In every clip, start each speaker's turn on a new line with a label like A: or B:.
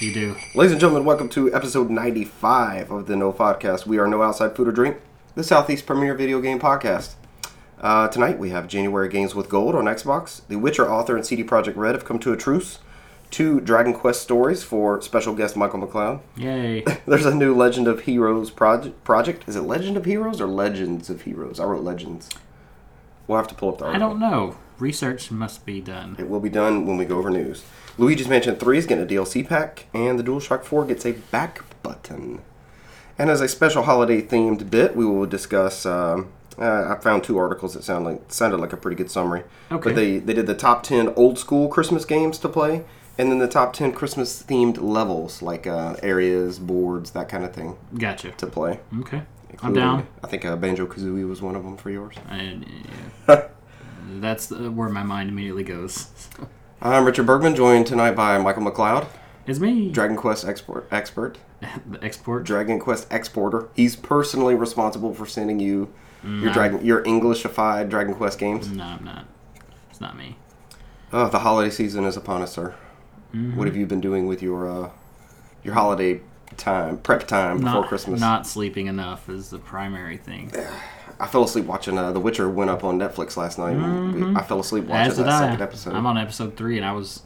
A: Ladies and gentlemen, welcome to episode 95 of the No Podcast. We are No Outside Food or Drink, the Southeast premier video game podcast. Uh, tonight we have January Games with Gold on Xbox. The Witcher author and CD Projekt Red have come to a truce. Two Dragon Quest stories for special guest Michael McLeod.
B: Yay.
A: There's a new Legend of Heroes project. Project is it Legend of Heroes or Legends of Heroes? I wrote Legends. We'll have to pull up the
B: I
A: article.
B: don't know. Research must be done.
A: It will be done when we go over news. Luigi's Mansion 3 is getting a DLC pack, and the DualShock 4 gets a back button. And as a special holiday themed bit, we will discuss. Um, uh, I found two articles that sound like sounded like a pretty good summary.
B: Okay.
A: But they, they did the top 10 old school Christmas games to play, and then the top 10 Christmas themed levels, like uh, areas, boards, that kind of thing,
B: Gotcha.
A: to play.
B: Okay. I'm down.
A: I think uh, Banjo Kazooie was one of them for yours.
B: I, that's uh, where my mind immediately goes.
A: I'm Richard Bergman, joined tonight by Michael McLeod,
B: It's me.
A: Dragon Quest export, expert.
B: the export.
A: Dragon Quest exporter. He's personally responsible for sending you
B: Mm.
A: your Dragon your Englishified Dragon Quest games.
B: No, I'm not. It's not me.
A: Oh, the holiday season is upon us, sir.
B: Mm-hmm.
A: What have you been doing with your uh, your holiday time prep time before
B: Not,
A: Christmas?
B: not sleeping enough is the primary thing.
A: I fell asleep watching uh, The Witcher went up on Netflix last night. and we- I fell asleep
B: Mm-hmm.
A: watching
B: As
A: that
B: did I.
A: second episode.
B: I'm on episode three, and I was.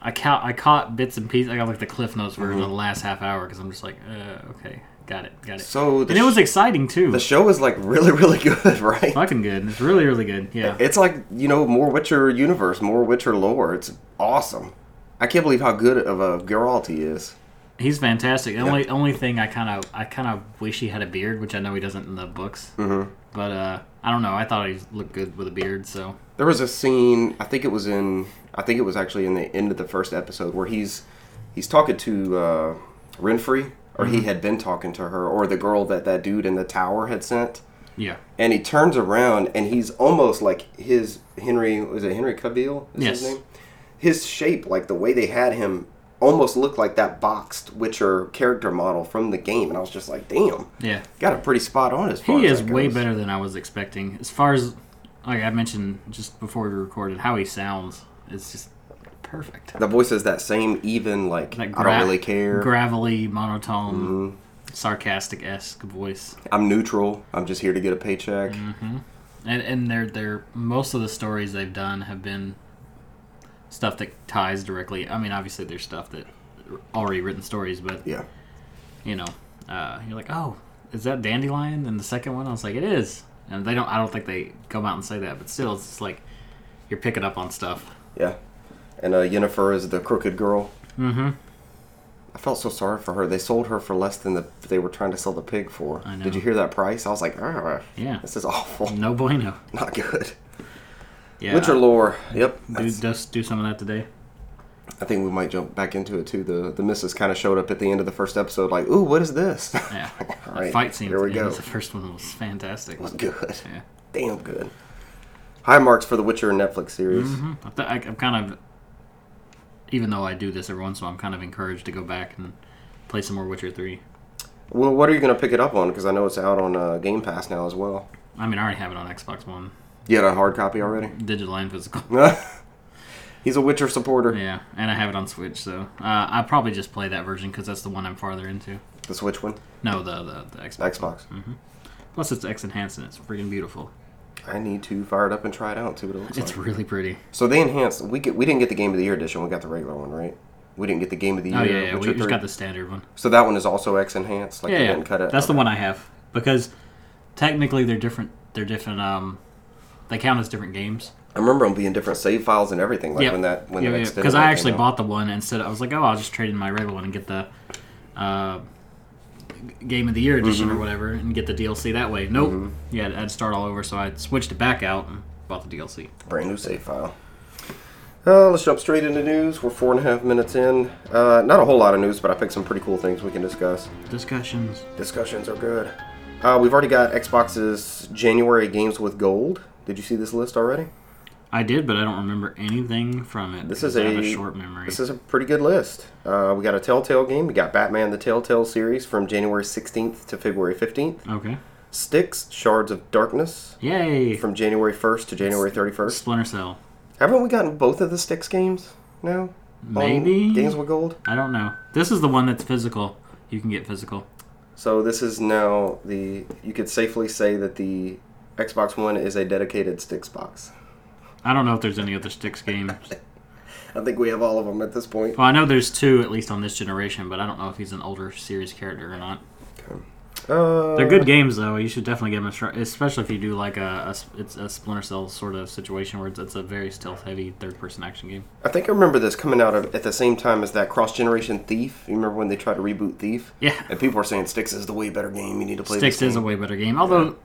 B: I caught, I caught bits and pieces. I got like the cliff notes version
A: Mm-hmm.
B: of the last half hour because I'm just like, uh, okay, got it, got it.
A: so the,
B: and it was
A: sh-
B: exciting too.
A: the show is like really really good, right?
B: Fucking good. It's really, really good. Yeah.
A: It's like you know more Witcher universe, more Witcher lore. It's awesome. I can't believe how good of a Geralt he is.
B: He's fantastic. The only only thing I kind of I kind of wish he had a beard, which I know he doesn't in the books. Mm-hmm. But uh, I don't know. I thought he looked good with a beard. So
A: There was a scene. I think it was in. I think it was actually in the end of the first episode where he's he's talking to uh, Renfrey, or
B: Mm-hmm.
A: he had been talking to her, or the girl that that dude in the tower had sent.
B: yeah,
A: And he turns around and he's almost like his Henry. Was it Henry Cavill? Is
B: Yes.
A: His name. His shape, like the way they had him, almost looked like that boxed Witcher character model from the game. And I was just like, damn,
B: yeah.
A: got it pretty spot on as far
B: He
A: as
B: is
A: that
B: way
A: goes.
B: better than I was expecting. As far as like I mentioned just before we recorded, how he sounds is just perfect.
A: The voice is that same even like
B: That
A: I
B: gra-
A: don't really care. Mm-hmm.
B: Gravelly, monotone, sarcastic esque voice.
A: I'm neutral. I'm just here to get a paycheck.
B: Mm-hmm. and and they're they're most of the stories they've done have been stuff that ties directly. I mean, obviously there's stuff that are already written stories, but
A: Yeah.
B: you know, uh, you're like, oh, is that dandelion? And the second one, I was like, it is. And they don't. I don't think they come out and say that, but still, it's just like you're picking up on stuff.
A: Yeah. And uh, Yennefer is the crooked girl. Mm-hmm. I felt so sorry for her. They sold her for less than the they were trying to sell the pig for.
B: I know.
A: Did you hear that price? I was like, "Argh,
B: Yeah.
A: this is awful.
B: No bueno.
A: Not good.
B: Yeah.
A: Witcher lore. Yep.
B: do,
A: That's-
B: just do some of that today.
A: I think we might jump back into it too. The the missus kind of showed up at the end of the first episode, like, "Ooh, what is this?"
B: Yeah.
A: All
B: The
A: right,
B: fight scene.
A: here
B: at
A: we
B: the end of
A: go.
B: The first one was fantastic.
A: was good.
B: Yeah.
A: Damn good. High marks for the Witcher Netflix series.
B: Mhm. I th- I, I'm kind of, even though I do this every once in a while, I'm kind of encouraged to go back and play some more Witcher 3.
A: Well, what are you going to pick it up on? Because I know it's out on uh, Game Pass now as well.
B: I mean, I already have it on Xbox One,
A: You had a hard copy already?
B: digital and physical.
A: He's a Witcher supporter.
B: yeah, and I have it on Switch, so uh, I probably just play that version because that's the one I'm farther into.
A: The Switch one,
B: No, the the, the Xbox.
A: Xbox.
B: Mm-hmm. Plus, it's X enhanced and it's freaking beautiful.
A: I need to fire it up and try it out and see what it looks
B: It's
A: like.
B: really pretty.
A: So they enhanced. We get, we didn't get the Game of the Year edition. We got the regular one, right? We didn't get the Game of the Year.
B: Oh yeah, yeah.
A: Witcher
B: We just
A: 3.
B: got the standard one.
A: So that one is also X enhanced. Like
B: yeah,
A: they
B: yeah.
A: didn't cut it.
B: That's the one I have because technically they're different. They're different. Um, they count as different games.
A: I remember them being different save files and everything. Like
B: Yeah.
A: when that when
B: yeah,
A: the
B: yeah.
A: extended
B: Because
A: one
B: I
A: came
B: actually
A: out.
B: bought the one instead. I was like, oh, I'll just trade in my regular one and get the uh, Game of the Year edition
A: Mm-hmm.
B: or whatever, and get the DLC that way. Nope. Yeah, I'd- I'd start all over, so I switched it back out and bought the DLC.
A: brand new save file. Uh, let's jump straight into news. We're four and a half minutes in. Uh, not a whole lot of news, but I picked some pretty cool things we can discuss.
B: Discussions.
A: Discussions are good. Uh, we've already got Xbox's January games with gold. Did you see this list already?
B: I did, but I don't remember anything from it.
A: This is
B: because I have
A: a-
B: a short memory.
A: This is a pretty good list. Uh, we got a Telltale game. We got Batman the Telltale series from January 16th to February 15th.
B: okay.
A: Sticks Shards of Darkness
B: Yay.
A: from January 1st to January 31st.
B: Splinter Cell.
A: Haven't we gotten both of the Sticks games now?
B: Maybe
A: on Games with Gold.
B: I don't know. This is the one that's physical. You can get physical.
A: So this is now the you could safely say that the Xbox One is a dedicated sticks box.
B: I don't know if there's any other sticks games.
A: I think we have all of them at this point.
B: Well, I know there's two at least on this generation, but I don't know if he's an older series character or not.
A: Uh,
B: They're good games though. You should definitely give them a try, especially if you do like a, a s- it's a Splinter Cell sort of situation where it's, it's a very stealth heavy third person action game.
A: I think I remember this coming out of, at the same time as that cross generation Thief. You remember when they tried to reboot Thief?
B: Yeah.
A: And people were saying Sticks is the way better game. You need to play
B: Sticks
A: this
B: is a
A: game.
B: way better game. Although,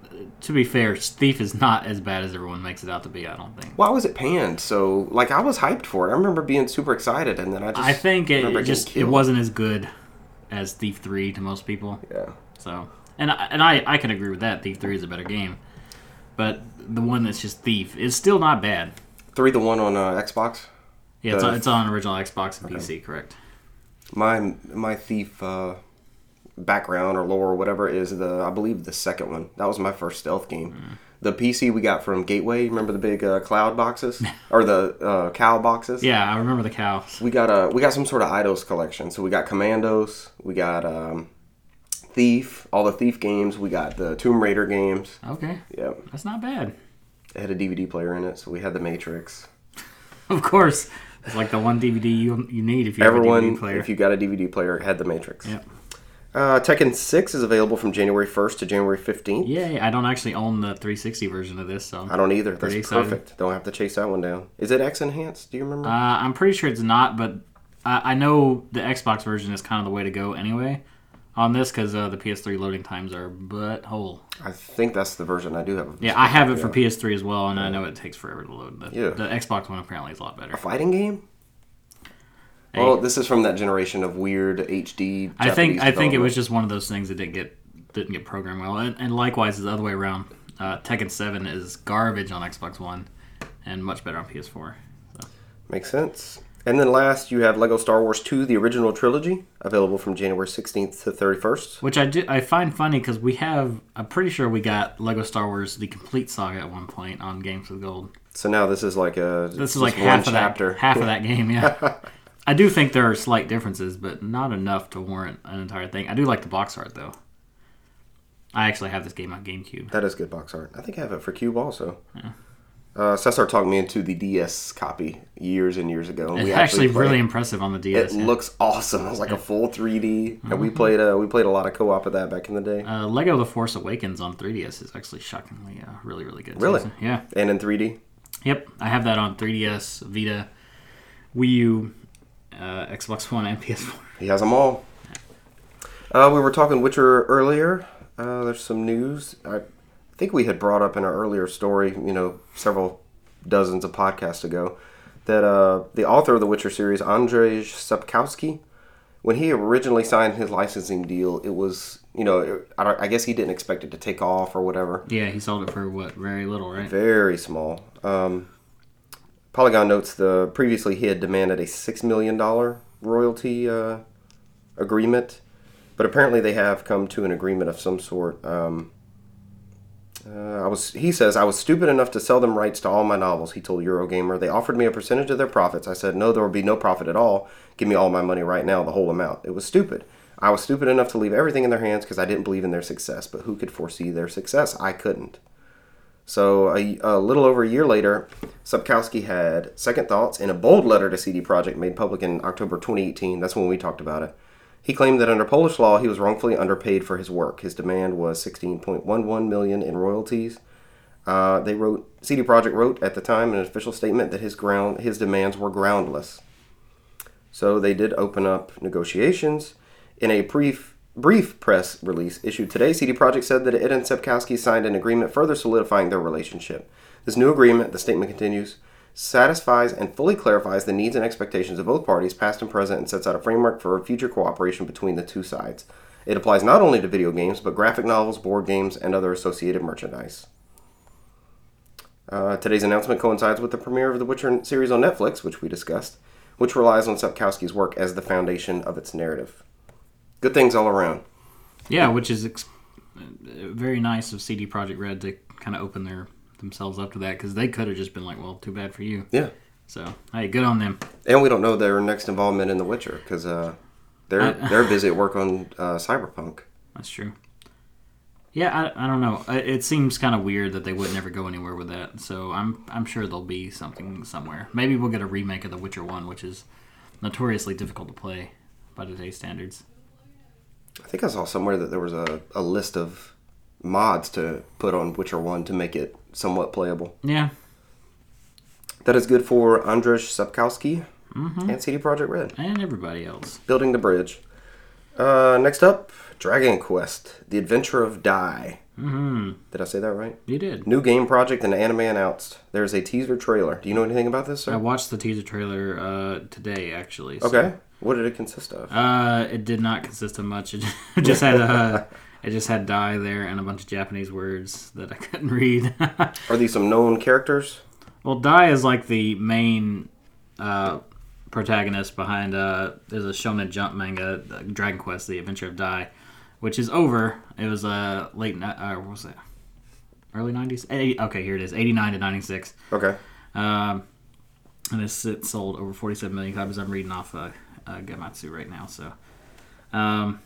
B: to be fair, Thief is not as bad as everyone makes it out to be. I don't think.
A: Why was it panned? So like I was hyped for it. I remember being super excited, and then I just
B: I think it,
A: remember
B: it
A: getting
B: just it
A: killed.
B: wasn't as good as Thief Three to most people.
A: yeah.
B: So, and I, and I I can agree with that. Thief Three is a better game, but the one that's just Thief is still not bad.
A: Three to one on uh, Xbox.
B: Yeah, it's on,
A: The-
B: it's on original Xbox and PC, correct?
A: My my Thief uh, background or lore or whatever is the I believe the second one. That was my first stealth game. The PC we got from Gateway. Remember the big uh, cloud boxes or the uh, cow boxes?
B: Yeah, I remember the cows.
A: we got a we got some sort of idos collection so we got commandos we got um thief all the thief games we got the tomb raider games
B: Okay,
A: yep
B: that's not bad.
A: it had a dvd player in it so we had the matrix
B: Of course, it's like the one DVD you you need if you have a
A: everyone
B: DVD player.
A: if you got a dvd player had the matrix
B: Yep.
A: uh, tekken 6 is available from january 1st to january 15th
B: Yay! I don't actually own the 360 version of this, so
A: i don't either
B: Pretty
A: that's
B: exciting.
A: perfect don't have to chase that one down is it x enhanced do you remember
B: Uh, I'm pretty sure it's not, but I, I know the Xbox version is kind of the way to go anyway on this because uh, the PS3 loading times are butthole.
A: i think that's the version i do have
B: Yeah, I have it for PS3 as well, and I know it takes forever to load. The,
A: Yeah.
B: the Xbox one apparently is a lot better.
A: a fighting game
B: Hey.
A: well this is from that generation of weird hd
B: I think
A: Japanese
B: I think it
A: development.
B: was just one of those things that didn't get didn't get programmed well, and, and likewise the other way around. Uh, Tekken 7 is garbage on Xbox One, and much better on PS4. So,
A: Makes sense. And then last, you have Lego Star Wars 2, the original trilogy, available from January 16th to 31st.
B: which I do, I find funny because we have I'm pretty sure we got Lego Star Wars the complete saga at one point on Games with Gold.
A: So now this is like a
B: This
A: just
B: is like
A: one
B: half of
A: chapter.
B: that half of that game, yeah. I do think there are slight differences, but not enough to warrant an entire thing. I do like the box art though. I actually have this game on GameCube.
A: That is good box art. I think I have it for Cube also. Uh, Cesar talked me into the DS copy years and years ago. and
B: It's actually
A: played.
B: really impressive on the
A: It
B: DS. yeah.
A: looks awesome. It was like a full 3D, and we played uh, we played a lot of co-op of that back in the day,
B: uh, Lego The Force Awakens on 3DS is actually shockingly uh, really really good. too.
A: Really?
B: Yeah.
A: and in 3D.
B: Yep. I have that on 3DS, Vita, Wii U, uh, Xbox One, and PS4.
A: He has them all. Uh, we were talking Witcher earlier. Uh, there's some news. I think we had brought up in our earlier story, you know, several dozens of podcasts ago, that uh, the author of the Witcher series, Andrzej Sapkowski, when he originally signed his licensing deal, it was, you know, I, don't, I guess he didn't expect it to take off or whatever.
B: Yeah, he sold it for what very little, right?
A: Very small. Um, Polygon notes the previously he had demanded a six million dollar royalty uh, agreement, but apparently they have come to an agreement of some sort. Um, uh, I was, he says, I was stupid enough to sell them rights to all my novels. He told Eurogamer they offered me a percentage of their profits. I said no, there will be no profit at all. Give me all my money right now, the whole amount. It was stupid. I was stupid enough to leave everything in their hands because I didn't believe in their success. But who could foresee their success? I couldn't. So a, a little over a year later, Sapkowski had second thoughts in a bold letter to CD Projekt made public in October 2018. That's when we talked about it. He claimed that under Polish law, he was wrongfully underpaid for his work. His demand was 16.11 million in royalties. Uh, they wrote CD Projekt wrote at the time in an official statement that his ground his demands were groundless. So they did open up negotiations. In a brief brief press release issued today, CD Projekt said that it and Sepkowski signed an agreement further solidifying their relationship. This new agreement, the statement continues, satisfies and fully clarifies the needs and expectations of both parties, past and present, and sets out a framework for future cooperation between the two sides. It applies not only to video games, but graphic novels, board games, and other associated merchandise. Uh, today's announcement coincides with the premiere of the Witcher series on Netflix, which we discussed, which relies on Sapkowski's work as the foundation of its narrative. Good things all around.
B: Yeah, which is ex- uh, very nice of CD Project Red to kind of open their themselves up to that because they could have just been like, "Well, too bad for you."
A: Yeah.
B: So hey, good on them.
A: And we don't know their next involvement in The Witcher because uh, they're
B: I-
A: they're busy at work on uh, Cyberpunk.
B: That's true. Yeah, I, I don't know. I- It seems kind of weird that they would never go anywhere with that. So I'm I'm sure there'll be something somewhere. Maybe we'll get a remake of The Witcher One, which is notoriously difficult to play by today's standards.
A: I think I saw somewhere that there was a, a list of mods to put on Witcher One to make it somewhat playable.
B: Yeah,
A: That is good for Andrzej Sapkowski and CD Projekt Red.
B: and everybody else.
A: Building the Bridge. Uh, next up, Dragon Quest: The Adventure of Dai. Mm-hmm. Did I say that right?
B: You did.
A: New game project and anime announced. There's a teaser trailer. Do you know anything about this? Sir?
B: I watched the teaser trailer uh, today, actually. so-
A: Okay. What did it consist of?
B: Uh, it did not consist of much. It just had uh, it just had die there and a bunch of Japanese words that I couldn't read.
A: Are these some known characters?
B: Well, Dai is like the main uh, protagonist behind. Uh, there's a Shonen Jump manga, uh, Dragon Quest: The Adventure of Dai, which is over. It was uh, late. ni- Uh, what was that? Early '90s. Eighty- okay, here it is. '89 to '96.
A: Okay.
B: Um, and it's, it sold over 47 million copies. I'm reading off uh, uh, Gamatsu right now. So, um,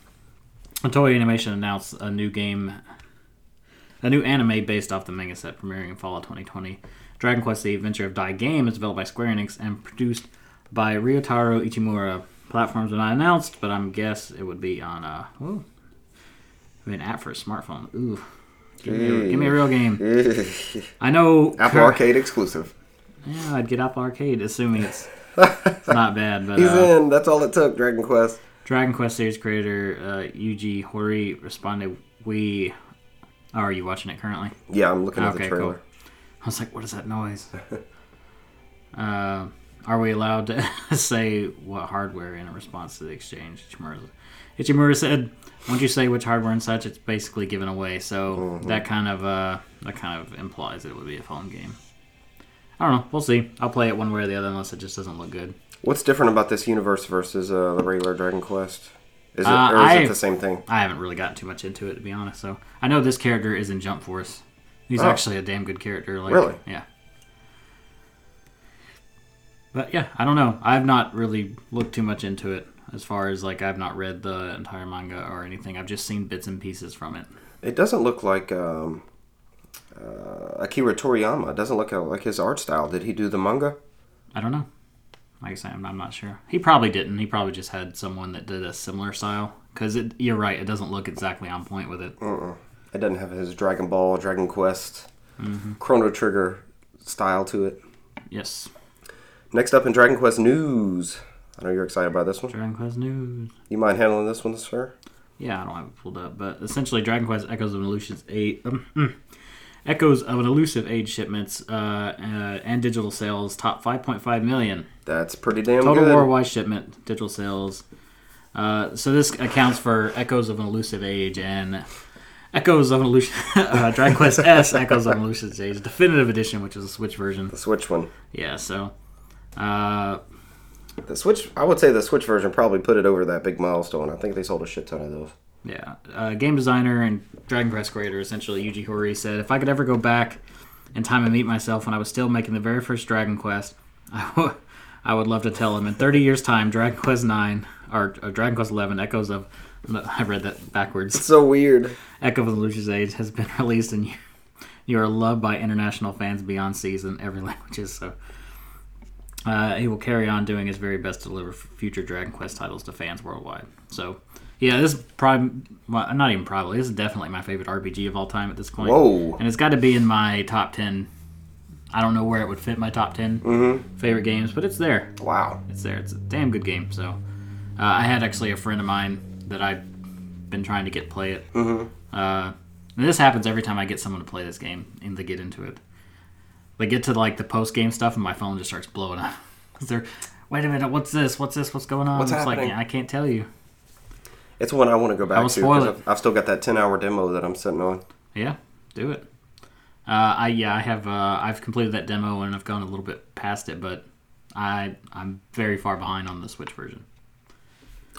B: Toei Animation announced a new game, a new anime based off the manga set premiering in fall of 2020. Dragon Quest: The Adventure of Dai Game is developed by Square Enix and produced by Ryotaro Ichimura. Platforms are not announced, but I'm guess it would be on uh, ooh, I mean, app for a smartphone. Ooh, give me, a, give me a real game. I know
A: Apple
B: cur-
A: Arcade exclusive.
B: yeah, I'd get Apple Arcade, assuming it's, it's not bad. But
A: He's
B: uh,
A: in. That's all it took. Dragon Quest.
B: Dragon Quest series creator uh, Yuji Horii responded, "We oh, are you watching it currently?"
A: Yeah, I'm looking at
B: Okay,
A: the
B: cool.
A: trailer.
B: I was like, "What is that noise?" uh, are we allowed to say what hardware in response to the exchange? Ichimura, Ichimura said, "Once you say which hardware and such, it's basically given away." So that kind of uh, that kind of implies it would be a phone game. I don't know. We'll see. I'll play it one way or the other, unless it just doesn't look good.
A: What's different about this universe versus uh, the regular Dragon Quest? Is it
B: Uh,
A: or is
B: I-
A: it the same thing?
B: I haven't really gotten too much into it to be honest. So I know this character is in Jump Force. He's
A: Oh.
B: actually a damn good character. Like,
A: Really?
B: Yeah. But yeah, I don't know. I've not really looked too much into it as far as like I've not read the entire manga or anything. I've just seen bits and pieces from it.
A: It doesn't look like um, uh, Akira Toriyama. It doesn't look uh, like his art style. Did he do the manga?
B: I don't know. Like I said, I'm, I'm not sure. He probably didn't. He probably just had someone that did a similar style. Because you're right, it doesn't look exactly on point with it.
A: Oh. It doesn't have his Dragon Ball, Dragon Quest,
B: Mm-hmm.
A: Chrono Trigger style to it.
B: Yes.
A: Next up in Dragon Quest news. I know you're excited by this one.
B: Dragon Quest News.
A: You mind handling this one, sir?
B: Yeah, I don't have it pulled up, but essentially, Dragon Quest Echoes of an Elusive Eight, um, mm. Echoes of an Elusive Age shipments uh, uh, and digital sales top 5.5 million.
A: That's pretty damn
B: Total
A: good.
B: worldwide shipment digital sales. Uh, so this accounts for Echoes of an Elusive Age and Echoes of an Elusive uh, Dragon Quest S Echoes of an Elusive Age Definitive Edition, which is a Switch version.
A: The Switch one.
B: Yeah, so uh,
A: The Switch. I would say the Switch version probably put it over that big milestone. I think they sold a shit ton of those.
B: Yeah, uh, game designer and Dragon Quest creator, essentially Yuji Horii said, "If I could ever go back in time and meet myself when I was still making the very first Dragon Quest, I would, I would love to tell him in 30 years' time, Dragon Quest Nine or, or Dragon Quest Eleven Echoes of I read that backwards.
A: So weird.
B: Echo of the Lucius Age has been released, and you, you are loved by international fans beyond seas and every languages. So." Uh, he will carry on doing his very best to deliver f- future Dragon Quest titles to fans worldwide. So, yeah, this is prime, well, not even probably, this is definitely my favorite RPG of all time at this point.
A: Whoa.
B: And it's got to be in my top 10. I don't know where it would fit my top 10 favorite games, but it's there.
A: Wow.
B: It's there. It's a damn good game. So, uh, I had actually a friend of mine that I've been trying to get play it. Mm-hmm. Uh, and this happens every time I get someone to play this game and they get into it. They get to like the post game stuff, and my phone just starts blowing up. 'Cause they're, wait a minute, what's this? What's this? What's going on?
A: What's
B: it's like
A: happening?
B: yeah, I can't tell you.
A: It's one I want to go back
B: will
A: to
B: spoil
A: because
B: it.
A: I've, I've still got that ten-hour demo that I'm sitting on.
B: Yeah, do it. Uh, I yeah, I have uh, I've completed that demo and I've gone a little bit past it, but I I'm very far behind on the Switch version.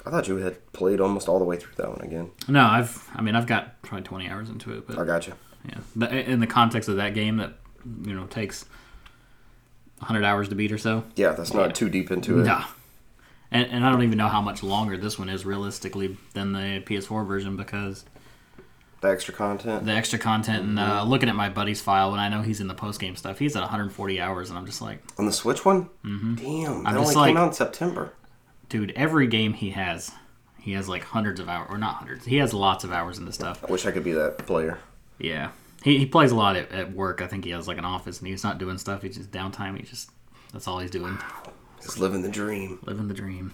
A: I thought you had played almost all the way through that one again.
B: No, I've I mean I've got probably 20 hours into it, but
A: I got you.
B: yeah, the, in the context of that game, that you know takes 100 hours to beat or so.
A: Yeah, that's not too deep into it.
B: Nah. And, and I don't even know how much longer this one is realistically than the PS4 version because
A: The extra content.
B: the extra content and uh, looking at my buddy's file when I know he's in the post game stuff, he's at 140 hours, and I'm just like,
A: On the Switch one? Mm-hmm. Damn, that
B: just
A: only
B: like-
A: came out in September.
B: dude, every game he has, he has like hundreds of hours, or not hundreds, he has lots of hours into stuff.
A: I wish I could be that player.
B: Yeah. He, he plays a lot at, at work. I think he has like an office and he's not doing stuff. He's just downtime. He just, that's all he's doing.
A: Just living the dream.
B: Living the dream.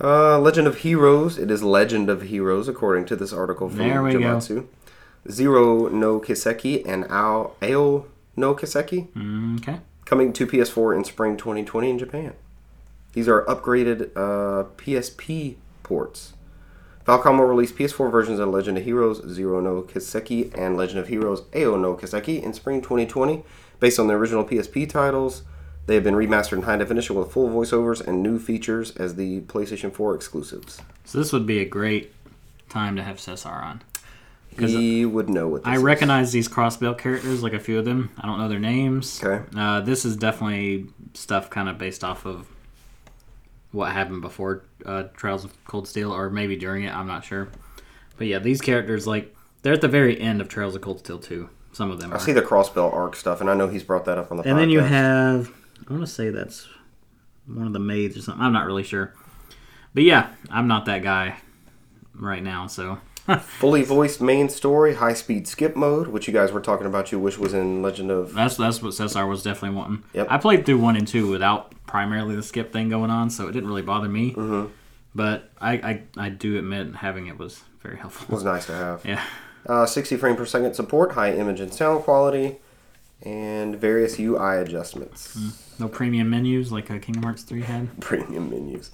A: Uh, Legend of Heroes. It is Legend of Heroes, according to this article from
B: There we go.
A: Jamatsu. Zero no Kiseki and Ao, Ao no Kiseki.
B: Okay.
A: Coming to PS4 in spring 2020 in Japan. These are upgraded uh, PSP ports. Falcom will release PS4 versions of Legend of Heroes, Zero no Kiseki, and Legend of Heroes Ao no Kiseki in spring 2020. Based on the original PSP titles, they have been remastered in high definition with full voiceovers and new features as the PlayStation 4 exclusives.
B: So this would be a great time to have Cesar on. Because
A: He would know what this
B: I
A: is.
B: recognize these crossbelt characters, like a few of them. I don't know their names.
A: Okay.
B: Uh, this is definitely stuff kind of based off of what happened before uh, Trials of Cold Steel, or maybe during it. I'm not sure. But yeah, these characters, like, they're at the very end of Trials of Cold Steel 2. Some of them
A: I
B: are.
A: see the crossbell arc stuff, and I know he's brought that up on the podcast.
B: And then you have, I want to say that's one of the maids or something. I'm not really sure. But yeah, I'm not that guy right now, so.
A: fully voiced main story, high speed skip mode, which you guys were talking about. You wish was in Legend of.
B: That's that's what Cesar was definitely wanting.
A: Yep.
B: I played through one and two without primarily the skip thing going on, so it didn't really bother me. Mm-hmm. But I, I I do admit having it was very helpful.
A: Was nice to have.
B: Yeah,
A: Uh, 60 frame per second support, high image and sound quality, and various UI adjustments.
B: no premium menus like uh, Kingdom Hearts three had.
A: Premium menus.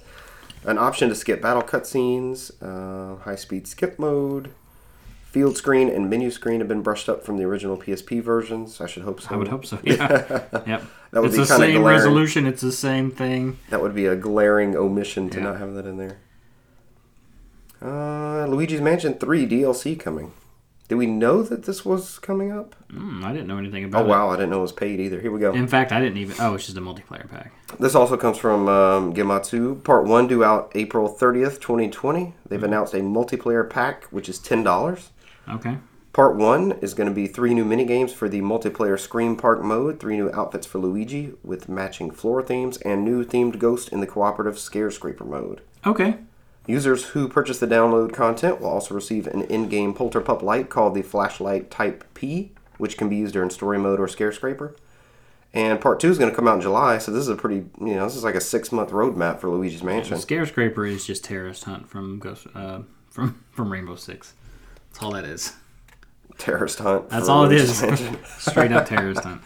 A: An option to skip battle cutscenes, uh, high speed skip mode. Field screen and menu screen have been brushed up from the original PSP versions. I should hope so.
B: I would hope so. Yeah, yep.
A: That would
B: it's
A: be
B: the
A: kinda
B: same
A: glaring.
B: resolution. It's the same thing.
A: That would be a glaring omission to
B: Yeah.
A: not have that in there. Uh, Luigi's Mansion 3 DLC coming. Did we know that this was coming up?
B: Mm, I didn't know anything
A: Oh,
B: about it.
A: wow. I didn't know it was paid either. Here we go.
B: In fact, I didn't even. Oh, it's just a multiplayer pack.
A: This also comes from um, Gematsu. Part 1 due out April 30th, 2020. They've announced a multiplayer pack, which is $10.
B: Okay.
A: Part 1 is going to be three new minigames for the multiplayer Scream Park mode, three new outfits for Luigi with matching floor themes, and new themed ghost in the cooperative Scare Scraper mode.
B: Okay.
A: Users who purchase the download content will also receive an in-game Polterpup light called the Flashlight Type P, which can be used during story mode or Scare Scraper. And part two is going to come out in July, so this is a pretty, you know, this is like a six-month roadmap for Luigi's Mansion.
B: Scare Scraper is just Terrorist Hunt from Ghost uh, from from Rainbow Six. That's all that is.
A: Terrorist Hunt.
B: That's
A: for
B: all it
A: Luigi's
B: is.
A: Mansion.
B: Straight up terrorist hunt.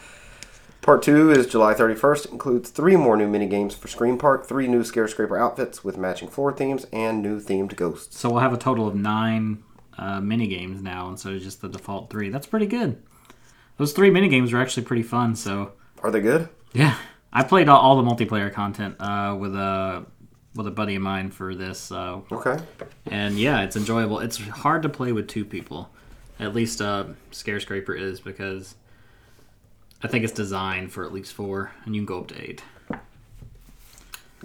A: Part two is July 31st. Includes three more new minigames for Scream Park, three new Scare Scraper outfits with matching floor themes, and new themed ghosts.
B: So we'll have a total of nine uh, mini games now instead of just the default three. That's pretty good. Those three mini games were actually pretty fun. So
A: Are they good?
B: yeah, I played all, all the multiplayer content uh, with a with a buddy of mine for this, uh,
A: Okay.
B: and yeah, it's enjoyable. It's hard to play with two people. At least uh, Scare Scraper is because I think it's designed for at least four, and you can go up to eight.